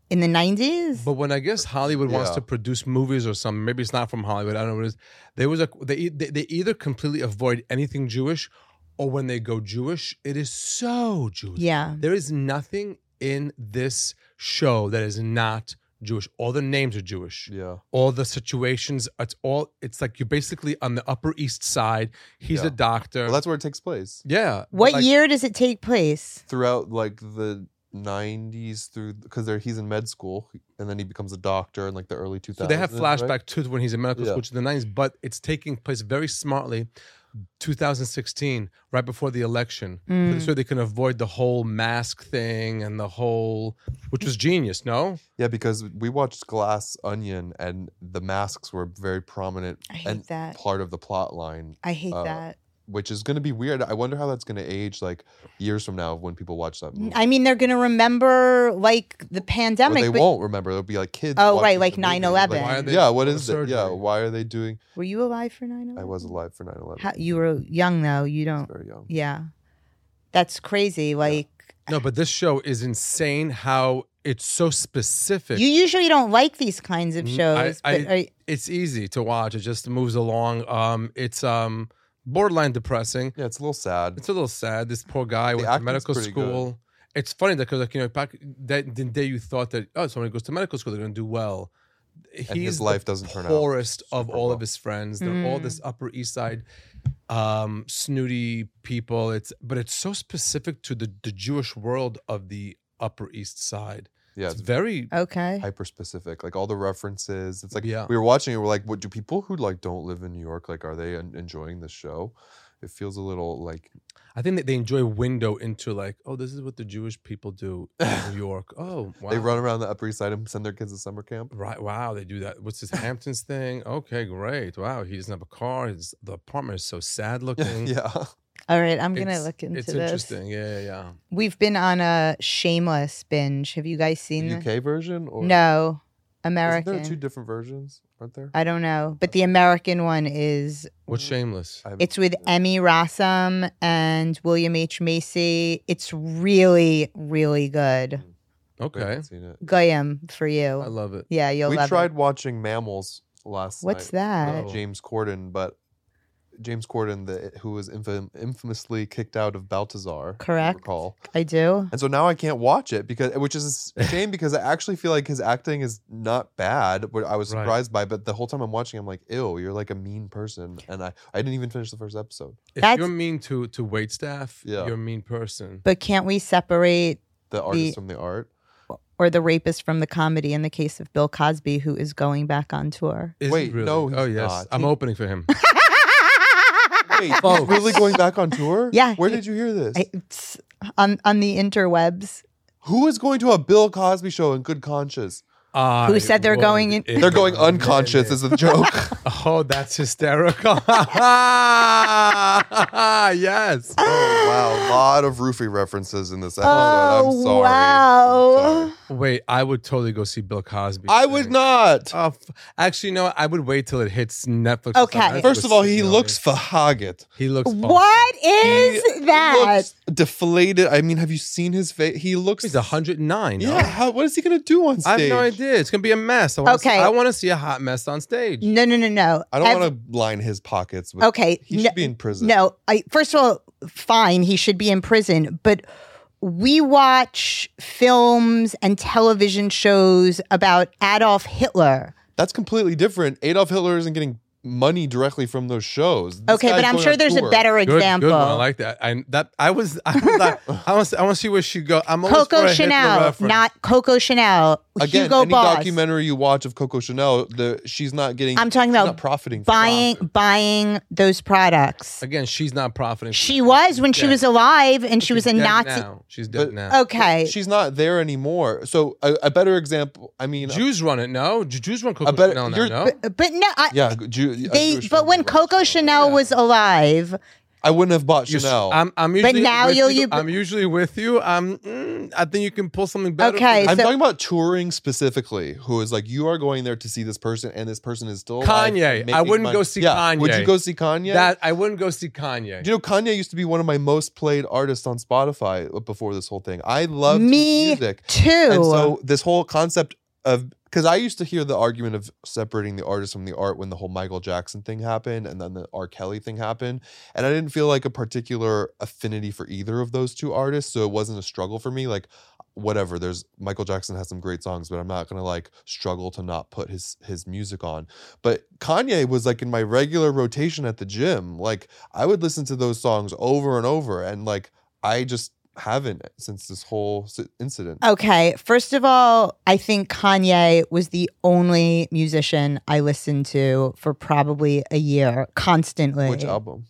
Speaker 4: in the 90s?
Speaker 1: But when I guess Hollywood wants
Speaker 3: Yeah.
Speaker 1: to produce movies or something, maybe it's not from Hollywood. I don't know what it is. There was a they e- they, they either completely avoid anything Jewish, or when they go Jewish, it is so Jewish.
Speaker 4: Yeah.
Speaker 1: There is nothing in this show that is not Jewish. All the names are Jewish.
Speaker 3: Yeah,
Speaker 1: all the situations. It's all. It's like you're basically on the Upper East Side. He's
Speaker 3: Yeah.
Speaker 1: a doctor.
Speaker 3: well, that's where it takes place
Speaker 1: yeah. but
Speaker 4: What
Speaker 1: like-
Speaker 4: year does it take place?
Speaker 3: throughout like the '90s through because there he's in med school and then he becomes a doctor in like the early 2000s.
Speaker 1: So they have flashback
Speaker 3: right?
Speaker 1: to when he's in medical
Speaker 3: Yeah.
Speaker 1: school, which is the '90s, but it's taking place very smartly. 2016, right before the election,
Speaker 4: Hmm.
Speaker 1: so they can avoid the whole mask thing and the whole, which was genius. No,
Speaker 3: Yeah, because we watched Glass Onion and the masks were very prominent
Speaker 4: I hate
Speaker 3: and
Speaker 4: that.
Speaker 3: part of the plot line,
Speaker 4: I hate
Speaker 3: Uh,
Speaker 4: that.
Speaker 3: which is going to be weird. I wonder how that's going to age like years from now when people watch that movie.
Speaker 4: I mean, they're going to remember like the
Speaker 3: Or
Speaker 4: pandemic.
Speaker 3: they
Speaker 4: but
Speaker 3: won't remember. It'll be like kids.
Speaker 4: Oh,
Speaker 3: watching
Speaker 4: right,
Speaker 3: the
Speaker 4: like
Speaker 3: movie.
Speaker 4: 9/11.
Speaker 1: Why are they
Speaker 3: yeah, what
Speaker 1: doing
Speaker 3: is it? Yeah,
Speaker 1: surgery?
Speaker 3: why are they doing?
Speaker 4: Were you alive for 9
Speaker 3: I was alive for 9 11.
Speaker 4: You were young though. You don't.
Speaker 3: Very young.
Speaker 4: Yeah. That's crazy. Like,
Speaker 1: no, but this show is insane. How it's so specific.
Speaker 4: You usually don't like these kinds
Speaker 3: Mm,
Speaker 4: of shows,
Speaker 1: I-
Speaker 4: but
Speaker 1: I-
Speaker 4: are,
Speaker 1: it's easy to watch. It just moves along. Um, it's um borderline depressing.
Speaker 3: Yeah, it's a little sad.
Speaker 1: It's a little sad. This poor guy went to
Speaker 3: acting's
Speaker 1: medical
Speaker 3: pretty
Speaker 1: school. It's funny that because like you know back that the day you thought that oh someone goes to medical school they're going to do well. He's
Speaker 3: his
Speaker 1: the
Speaker 3: life doesn't turn out
Speaker 1: poorest of
Speaker 3: super
Speaker 1: all
Speaker 3: well.
Speaker 1: of his friends. They're all this Upper East Side um, snooty people. It's but it's so specific to the the Jewish world of the Upper East Side.
Speaker 3: Yeah,
Speaker 1: It's
Speaker 3: it's
Speaker 1: very
Speaker 4: okay.
Speaker 3: hyper specific. Like all the references. It's like
Speaker 1: Yeah.
Speaker 3: we were watching it. We're like, what do people who like don't live in New York like? Are they en- enjoying the show? It feels a little like
Speaker 1: I think that they enjoy window into like, oh, this is what the Jewish people do in New York. Oh, wow.
Speaker 3: they run around the Upper East Side and send their kids to summer camp.
Speaker 1: Right. Wow. They do that. What's this Hamptons thing? Okay, great. Wow. He doesn't have a car. His, the apartment is so sad looking.
Speaker 3: yeah,
Speaker 4: All right, I'm gonna
Speaker 1: It's-
Speaker 4: look into
Speaker 1: It's
Speaker 4: this.
Speaker 1: interesting. Yeah, yeah, yeah.
Speaker 4: We've been on a Shameless binge. Have you guys seen?
Speaker 3: the
Speaker 4: this?
Speaker 3: UK version or
Speaker 4: No, Uh,
Speaker 3: Isn't
Speaker 4: American.
Speaker 3: there two different versions? Aren't there?
Speaker 4: I don't know, but the American one is
Speaker 1: What's shameless?
Speaker 3: Mm. I haven't-
Speaker 4: It's with Emmy Rossum and William H. Macy. It's really, really good.
Speaker 3: I haven't
Speaker 1: Okay.
Speaker 3: seen it.
Speaker 4: Goyam for you.
Speaker 1: I love it.
Speaker 4: yeah, you'll
Speaker 3: we
Speaker 4: love
Speaker 3: tried
Speaker 4: it.
Speaker 3: watching Mammals last
Speaker 4: What's
Speaker 3: night.
Speaker 4: that?
Speaker 1: No.
Speaker 3: James Corden, but James Corden, the, who was infam- infamously kicked out of Baltazar, if you
Speaker 4: Correct.
Speaker 3: Recall,
Speaker 4: I do.
Speaker 3: and so now I can't watch it because, which is a shame because I actually feel like his acting is not bad. What I was
Speaker 1: Right.
Speaker 3: surprised by, but the whole time I'm watching, I'm like, "Ew, you're like a mean person," and I, I didn't even finish the first episode.
Speaker 1: If
Speaker 4: That's-
Speaker 1: you're mean to to wait staff,
Speaker 3: Yeah.
Speaker 1: you're a mean person.
Speaker 4: But can't we separate
Speaker 3: The artist from the art.
Speaker 4: or the rapist from the comedy in the case of Bill Cosby, who is going back on tour?
Speaker 1: Is he
Speaker 3: Wait,
Speaker 1: really?
Speaker 3: no, he's
Speaker 1: oh yes.
Speaker 3: not.
Speaker 1: I'm opening for him.
Speaker 3: Wait, he's really going back on tour?
Speaker 4: Yeah,
Speaker 3: Where
Speaker 4: he-
Speaker 3: did you hear this?
Speaker 4: It's on on the interwebs.
Speaker 3: Who is going to a Bill Cosby show in good conscience?
Speaker 1: I
Speaker 4: said they're
Speaker 1: would
Speaker 4: going in-
Speaker 1: if
Speaker 3: They're going
Speaker 1: I
Speaker 3: unconscious.
Speaker 1: did it.
Speaker 3: Is the joke?
Speaker 1: Oh, that's hysterical. yes.
Speaker 3: Oh wow, a lot of roofie references in this episode.
Speaker 4: Oh,
Speaker 3: I'm sorry.
Speaker 4: wow.
Speaker 3: I'm sorry.
Speaker 1: Wait, I would totally go see Bill Cosby.
Speaker 3: I would not.
Speaker 1: Oh, f- actually, no. I would wait till it hits Netflix.
Speaker 4: Okay.
Speaker 1: Netflix
Speaker 3: First of all, he
Speaker 1: signal.
Speaker 3: looks fahaget.
Speaker 1: He looks. awful.
Speaker 4: What is that?
Speaker 3: Looks deflated. I mean, have you seen his face? He looks.
Speaker 1: He's 109.
Speaker 3: Yeah.
Speaker 1: no?
Speaker 3: How, what is he gonna do on stage?
Speaker 1: I have no idea. It's gonna be a mess. I wanna
Speaker 4: Okay.
Speaker 1: See, I want to see a hot mess on stage.
Speaker 4: no, no, no, no.
Speaker 3: I don't
Speaker 4: Ev-
Speaker 3: want to line his pockets. With,
Speaker 4: Okay.
Speaker 3: He
Speaker 4: no-
Speaker 3: should be in prison.
Speaker 4: No, I first of all, fine, he should be in prison, but we watch films and television shows about Adolf Hitler.
Speaker 3: That's completely different. Adolf Hitler isn't getting money directly from those shows. This
Speaker 4: Okay,
Speaker 3: guy's
Speaker 4: but I'm
Speaker 3: going
Speaker 4: sure
Speaker 3: on
Speaker 4: there's
Speaker 3: tour.
Speaker 4: a better
Speaker 1: Good,
Speaker 4: example.
Speaker 1: good one. I like that. I that I was. I was like, I want. I want to see where she go. I'm always for
Speaker 4: Coco
Speaker 1: a Hitler
Speaker 4: Chanel,
Speaker 1: reference.
Speaker 4: not Coco Chanel.
Speaker 3: Again,
Speaker 4: Hugo
Speaker 3: any
Speaker 4: Boss.
Speaker 3: documentary you watch of Coco Chanel, the she's not getting.
Speaker 4: I'm talking
Speaker 3: she's
Speaker 4: about
Speaker 3: not profiting from
Speaker 4: buying
Speaker 3: profit.
Speaker 4: buying those products.
Speaker 1: Again, she's not profiting. from
Speaker 4: She
Speaker 1: it.
Speaker 4: was when she
Speaker 1: Dead.
Speaker 4: was alive, and she was a
Speaker 1: Dead
Speaker 4: Nazi. Oh.
Speaker 1: Now. She's dead
Speaker 3: But-
Speaker 1: now.
Speaker 4: Okay,
Speaker 3: she's not there anymore. So a, a better example. I mean,
Speaker 1: Jews run it. No, Ju- Jews run Coco
Speaker 3: I bet
Speaker 1: Chanel. now,
Speaker 3: you're-
Speaker 1: No,
Speaker 4: but no, I,
Speaker 3: yeah, Jew, a
Speaker 4: they.
Speaker 3: Jewish
Speaker 4: But
Speaker 3: family
Speaker 4: when
Speaker 3: runs
Speaker 4: Coco Chanel was alive,
Speaker 3: I wouldn't have bought
Speaker 1: You're s-
Speaker 3: Chanel.
Speaker 1: I'm, I'm usually
Speaker 4: now
Speaker 1: with
Speaker 4: you'll-
Speaker 1: you.
Speaker 4: you-
Speaker 1: I'm usually with you. I'm. mm, I think you can pull something better. from
Speaker 4: Okay,
Speaker 1: this.
Speaker 3: I'm
Speaker 4: so-
Speaker 3: talking about touring specifically, who is like you are going there to see this person, and this person is still alive
Speaker 1: Kanye.
Speaker 3: and
Speaker 1: I
Speaker 3: making
Speaker 1: wouldn't
Speaker 3: money.
Speaker 1: go see
Speaker 3: yeah. Would
Speaker 1: Kanye.
Speaker 3: you go see Kanye?
Speaker 1: That I wouldn't go see Kanye.
Speaker 3: Do you know Kanye used to be one of my most played artists on Spotify before this whole thing? I loved his
Speaker 4: me
Speaker 3: music.
Speaker 4: too.
Speaker 3: And so this whole concept of because I used to hear the argument of separating the artist from the art when the whole Michael Jackson thing happened and then the R. Kelly thing happened. And I didn't feel like a particular affinity for either of those two artists. So it wasn't a struggle for me. Like, whatever, there's Michael Jackson has some great songs, but I'm not gonna like struggle to not put his his music on. But Kanye was like in my regular rotation at the gym. Like I would listen to those songs over and over. And like I just haven't since this whole s- incident.
Speaker 4: Okay, first of all, I think Kanye was the only musician I listened to for probably a year constantly.
Speaker 3: Which album?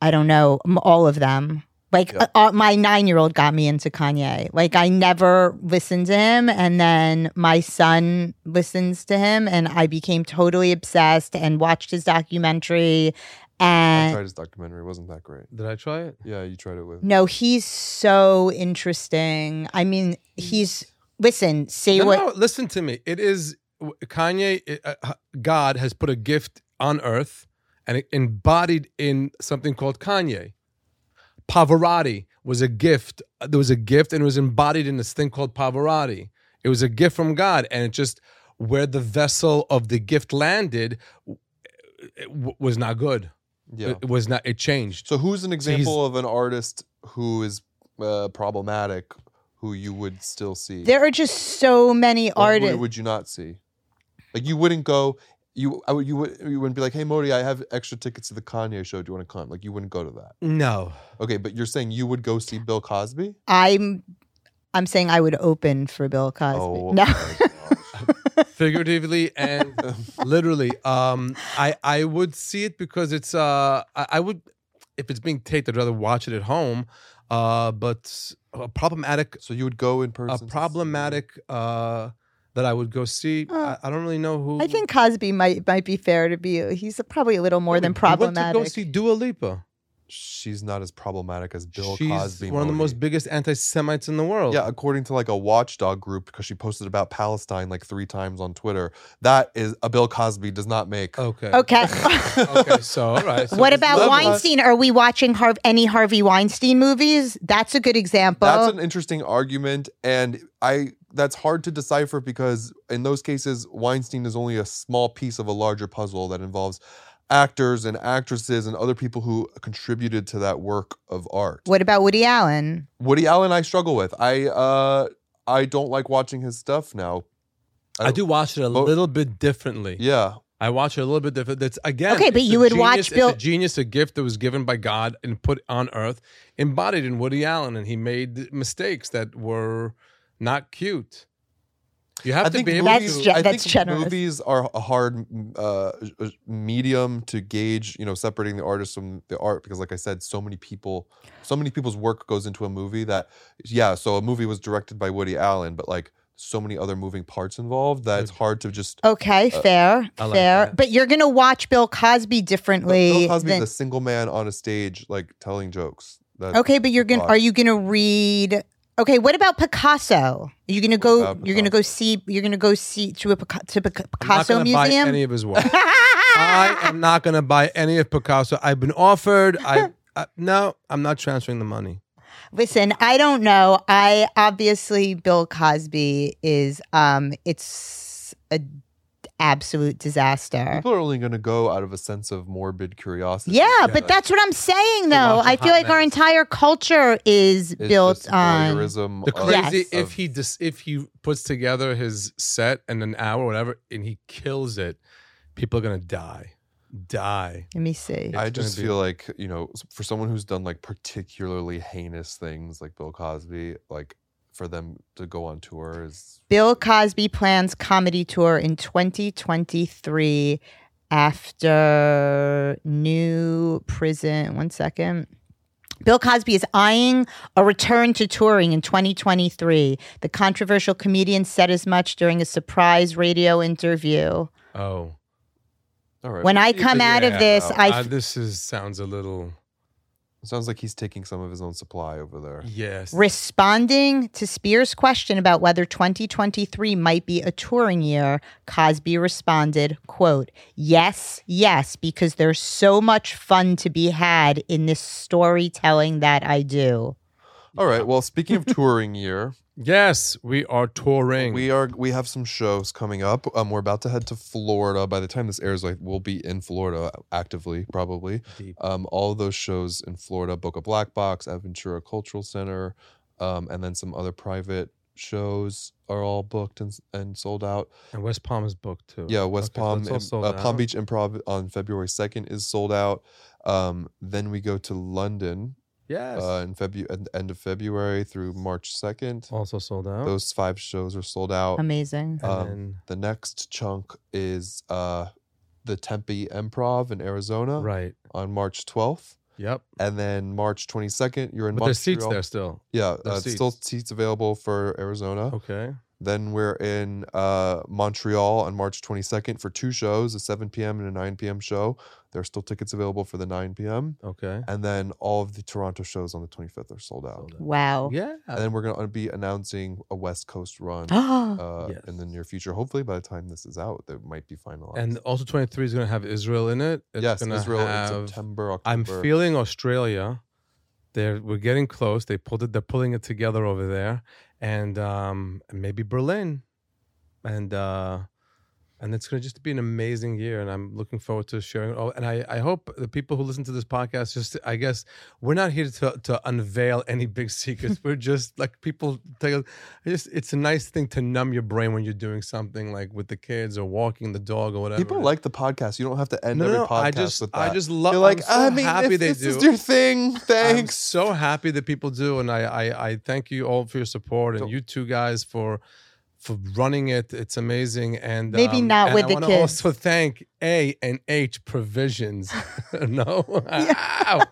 Speaker 4: I don't know, m- all of them. Like
Speaker 3: Yeah.
Speaker 4: uh, uh, my 9-year-old got me into Kanye. Like I never listened to him and then my son listens to him and I became totally obsessed and watched his documentary
Speaker 3: I
Speaker 4: and
Speaker 3: tried his documentary. It wasn't that great.
Speaker 1: Did I try it?
Speaker 3: Yeah, you tried it with.
Speaker 4: no, he's so interesting. I mean, he's listen, say
Speaker 1: No,
Speaker 4: what
Speaker 1: no, listen to me. It is w- Kanye. i- uh, uh, God has put a gift on Earth and it embodied in something called Kanye. Pavarotti was a gift. Uh, There was a gift, and it was embodied in this thing called Pavarotti. It was a gift from God, and it just where the vessel of the gift landed w- it w- was not good.
Speaker 3: Yeah.
Speaker 1: It, it was not. It changed.
Speaker 3: So who's an example of an artist who is uh, problematic who you would still see?
Speaker 4: There are just so many
Speaker 3: Or who
Speaker 4: artists.
Speaker 3: would you not see? Like you wouldn't go. You I would, you would you wouldn't be like, hey Modi, I have extra tickets to the Kanye show. Do you want to come? Like you wouldn't go to that.
Speaker 2: No.
Speaker 3: Okay, but you're saying you would go see Bill Cosby?
Speaker 4: I'm I'm saying I would open for Bill Cosby.
Speaker 3: Oh,
Speaker 4: no.
Speaker 1: figuratively and literally. Um, I I would see it because it's uh I, I would if it's being taped, I'd rather watch it at home. Uh, but a problematic,
Speaker 3: so you would go in person.
Speaker 1: a
Speaker 3: to see
Speaker 1: problematic uh that I would go see. I, I don't really know who.
Speaker 4: Uh, I think Cosby might might be fair to be. He's probably a little more than
Speaker 1: We went
Speaker 4: problematic.
Speaker 1: to go see Dua Lipa.
Speaker 3: him. She's not as problematic as Bill
Speaker 1: She's
Speaker 3: Cosby.
Speaker 1: one of the
Speaker 3: Modi.
Speaker 1: most biggest anti-Semites in the world.
Speaker 3: Yeah, according to like a watchdog group, because she posted about Palestine like three times on Twitter. That is a Bill Cosby does not make.
Speaker 1: Okay.
Speaker 4: okay.
Speaker 1: Oh. okay. So all right. So
Speaker 4: what
Speaker 1: it's
Speaker 4: about
Speaker 1: level-
Speaker 4: Weinstein? Are we watching Harv- any Harvey Weinstein movies? That's a good example.
Speaker 3: That's an interesting argument, and I that's hard to decipher because in those cases, Weinstein is only a small piece of a larger puzzle that involves actors and actresses and other people who contributed to that work of art.
Speaker 4: what about Woody Allen?
Speaker 3: Woody Allen, I struggle with. I uh, I don't like watching his stuff now.
Speaker 1: I do watch it a
Speaker 3: Bo-
Speaker 1: little bit differently.
Speaker 3: Yeah,
Speaker 1: I watch it a little bit different. That's again.
Speaker 4: Okay, but
Speaker 1: it's
Speaker 4: you
Speaker 1: a
Speaker 4: would
Speaker 1: genius,
Speaker 4: watch
Speaker 1: it's
Speaker 4: Bill-
Speaker 1: a genius, a gift that was given by God and put on Earth, embodied in Woody Allen, and he made mistakes that were not cute. You have
Speaker 3: I
Speaker 1: to
Speaker 3: think
Speaker 1: be able
Speaker 4: That's
Speaker 1: to.
Speaker 4: ju-
Speaker 3: I
Speaker 4: that's
Speaker 3: think
Speaker 4: generous.
Speaker 3: movies are a hard uh, medium to gauge, you know, separating the artist from the art because, like I said, so many people, so many people's work goes into a movie that, yeah. So a movie was directed by Woody Allen, but like so many other moving parts involved that
Speaker 1: Mm.
Speaker 3: it's hard to just.
Speaker 4: Okay, fair,
Speaker 1: I like
Speaker 4: fair.
Speaker 1: that.
Speaker 4: But you're gonna watch Bill Cosby differently.
Speaker 3: Bill Cosby's
Speaker 4: than-
Speaker 3: a single man on a stage, like telling jokes. That,
Speaker 4: okay, but you're gonna
Speaker 3: Cosby.
Speaker 4: are you gonna read? Okay, what about Picasso? You're gonna go.
Speaker 3: about
Speaker 4: You're gonna go see. You're gonna go see to a Pica- to Pica-
Speaker 1: Uh, I'm not
Speaker 4: Picasso
Speaker 1: gonna buy
Speaker 4: museum.
Speaker 1: any of his work. I am not going to buy any of Picasso. I've been offered. I, I no, I'm not transferring the money.
Speaker 4: Listen, I don't know. I obviously Bill Cosby is um it's a absolute disaster.
Speaker 3: People are only going to go out of a sense of morbid curiosity.
Speaker 4: Yeah, but that's what I'm saying though.
Speaker 1: watch a
Speaker 4: I feel
Speaker 1: hot
Speaker 4: like our
Speaker 1: mess.
Speaker 4: entire culture is
Speaker 3: It's
Speaker 4: built
Speaker 3: just
Speaker 4: on
Speaker 3: voyeurism
Speaker 1: The
Speaker 3: of-
Speaker 1: crazy
Speaker 4: Yes.
Speaker 1: if
Speaker 3: of-
Speaker 1: he dis, if he puts together his set in an hour, or whatever, and he kills it, people are going to die, die.
Speaker 4: Let me see.
Speaker 1: it's
Speaker 3: I
Speaker 1: gonna
Speaker 3: just
Speaker 1: be-
Speaker 3: feel like you know, s- for someone who's done like particularly heinous things, like Bill Cosby, like for them to go on tour is
Speaker 4: Bill Cosby plans comedy tour in 2023 after new prison. One second. Bill Cosby is eyeing a return to touring in 2023. The controversial comedian said as much during a surprise radio interview.
Speaker 1: Oh.
Speaker 3: all right.
Speaker 4: When I come out of
Speaker 1: Yeah,
Speaker 4: this,
Speaker 1: no,
Speaker 4: I
Speaker 1: uh, this is sounds a little
Speaker 3: it sounds like he's taking some of his own supply over there.
Speaker 1: yes.
Speaker 4: Responding to Spears' question about whether 2023 might be a touring year, Cosby responded, quote, "Yes, yes, because there's so much fun to be had in this storytelling that I do."
Speaker 3: All right. Well, speaking of touring year,
Speaker 1: Yes, we are touring.
Speaker 3: we are we have some shows coming up. Um, we're about to head to Florida. By the time this airs, like we'll be in Florida actively, probably.
Speaker 1: Deep.
Speaker 3: Um, all of those shows in Florida: Boca Black Box, Aventura Cultural Center, um, and then some other private shows are all booked and, and sold out.
Speaker 1: and West Palm is booked too.
Speaker 3: Yeah, West
Speaker 1: Okay, so
Speaker 3: Palm,
Speaker 1: it's all
Speaker 3: Im-
Speaker 1: sold
Speaker 3: uh, Palm
Speaker 1: out.
Speaker 3: Beach Improv on February second is sold out. Um, then we go to London
Speaker 1: Yes.
Speaker 3: uh, in February, at the end of February through March second.
Speaker 1: also sold out.
Speaker 3: Those five shows are sold out.
Speaker 4: Amazing.
Speaker 1: and
Speaker 3: um,
Speaker 1: then-
Speaker 3: the next chunk is uh, the Tempe Improv in Arizona
Speaker 1: right.
Speaker 3: on March twelfth,
Speaker 1: Yep.
Speaker 3: and then March twenty second. You're in
Speaker 1: But
Speaker 3: Montreal.
Speaker 1: there's seats there still.
Speaker 3: Yeah,
Speaker 1: There's
Speaker 3: uh, still seats available for Arizona.
Speaker 1: Okay.
Speaker 3: Then we're in uh, Montreal on March 22nd for two shows, a 7 p.m. and a 9 p.m. show. There are still tickets available for the 9 p.m.
Speaker 1: Okay.
Speaker 3: And then all of the Toronto shows on the 25th are sold out.
Speaker 1: Sold out.
Speaker 4: Wow.
Speaker 1: Yeah.
Speaker 3: And then we're going to be announcing a West Coast run uh,
Speaker 1: Yes.
Speaker 3: in the near future. Hopefully, by the time this is out, that might be finalized.
Speaker 1: And also 23 is going to have Israel in it. It's
Speaker 3: yes,
Speaker 1: gonna
Speaker 3: Israel
Speaker 1: have-
Speaker 3: in September, October.
Speaker 1: I'm feeling Australia. They're we're getting close. They pulled it. They're pulling it together over there, and um, maybe Berlin, and uh, and it's going to just be an amazing year. And I'm looking forward to sharing. it all. and I I hope the people who listen to this podcast just I guess we're not here to to unveil any big secrets. we're just like people take. a- I Just it's a nice thing to numb your brain when you're doing something like with the kids or walking the dog or whatever.
Speaker 3: People like the podcast. You don't have to end
Speaker 1: No,
Speaker 3: every
Speaker 1: no,
Speaker 3: podcast
Speaker 1: I just,
Speaker 3: with that.
Speaker 1: I just love.
Speaker 3: You're like,
Speaker 1: I'm so
Speaker 3: I mean,
Speaker 1: happy
Speaker 3: if
Speaker 1: they
Speaker 3: this
Speaker 1: do.
Speaker 3: is your thing.
Speaker 1: I'm
Speaker 3: Thanks.
Speaker 1: so happy that people do, and I, I, I thank you all for your support, and you two guys for for running it. It's amazing, and
Speaker 4: Maybe
Speaker 1: um,
Speaker 4: not
Speaker 1: and
Speaker 4: with
Speaker 1: I
Speaker 4: the
Speaker 1: wanna
Speaker 4: kids.
Speaker 1: Also, thank A and H Provisions. no, Ow.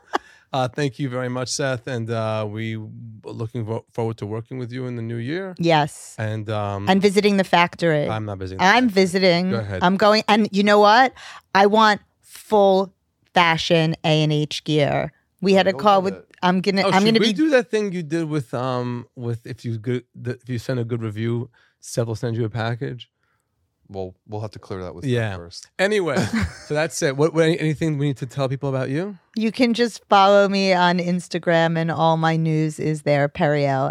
Speaker 1: uh, thank you very much, Seth, and uh, we w- looking vo- forward to working with you in the new year.
Speaker 4: Yes.
Speaker 1: And um,
Speaker 4: And visiting the factory.
Speaker 1: I'm not busy.
Speaker 4: I'm visiting.
Speaker 1: Go ahead.
Speaker 4: I'm going, and you know what? I want full fashion A and H gear. We had a
Speaker 3: Go
Speaker 4: call
Speaker 3: with
Speaker 4: with.
Speaker 3: it.
Speaker 4: I'm gonna.
Speaker 1: Oh,
Speaker 4: I'm
Speaker 1: should
Speaker 4: gonna
Speaker 1: we
Speaker 4: be.
Speaker 1: do that thing you did with um with if you good the, if you send a good review, Seth will send you a package.
Speaker 3: well, we'll have to clear that with
Speaker 1: Yeah.
Speaker 3: you first.
Speaker 1: Anyway, so that's it. What, what anything we need to tell people about you?
Speaker 4: you can just follow me on Instagram, and all my news is there. Periel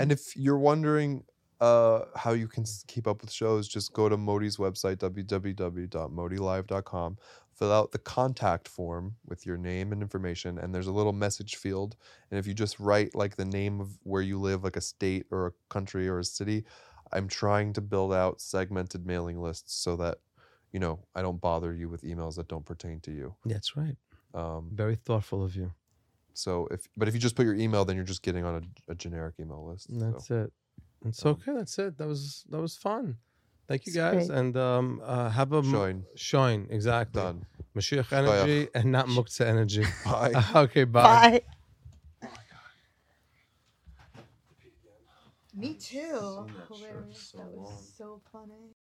Speaker 3: And if you're wondering uh, how you can s- keep up with shows, just go to Modi's website, www.modilive.com. Fill out the contact form with your name and information, and there's a little message field. And if you just write like the name of where you live, like a state or a country or a city, I'm trying to build out segmented mailing lists so that, you know, I don't bother you with emails that don't pertain to you.
Speaker 1: That's right.
Speaker 3: Um,
Speaker 1: Very thoughtful of you.
Speaker 3: so if, but if you just put your email, then you're just getting on a, a generic email list. so.
Speaker 1: That's it. It's okay. That's it. That was that was fun. Thank you
Speaker 4: It's
Speaker 1: guys,
Speaker 4: great.
Speaker 1: and um, uh, have a m-
Speaker 3: Shine.
Speaker 1: shine exactly.
Speaker 3: Done.
Speaker 1: Mashiach energy and not mukta energy.
Speaker 3: Bye.
Speaker 1: okay, bye.
Speaker 4: Bye. Oh Me too. Hilarious. That was so funny.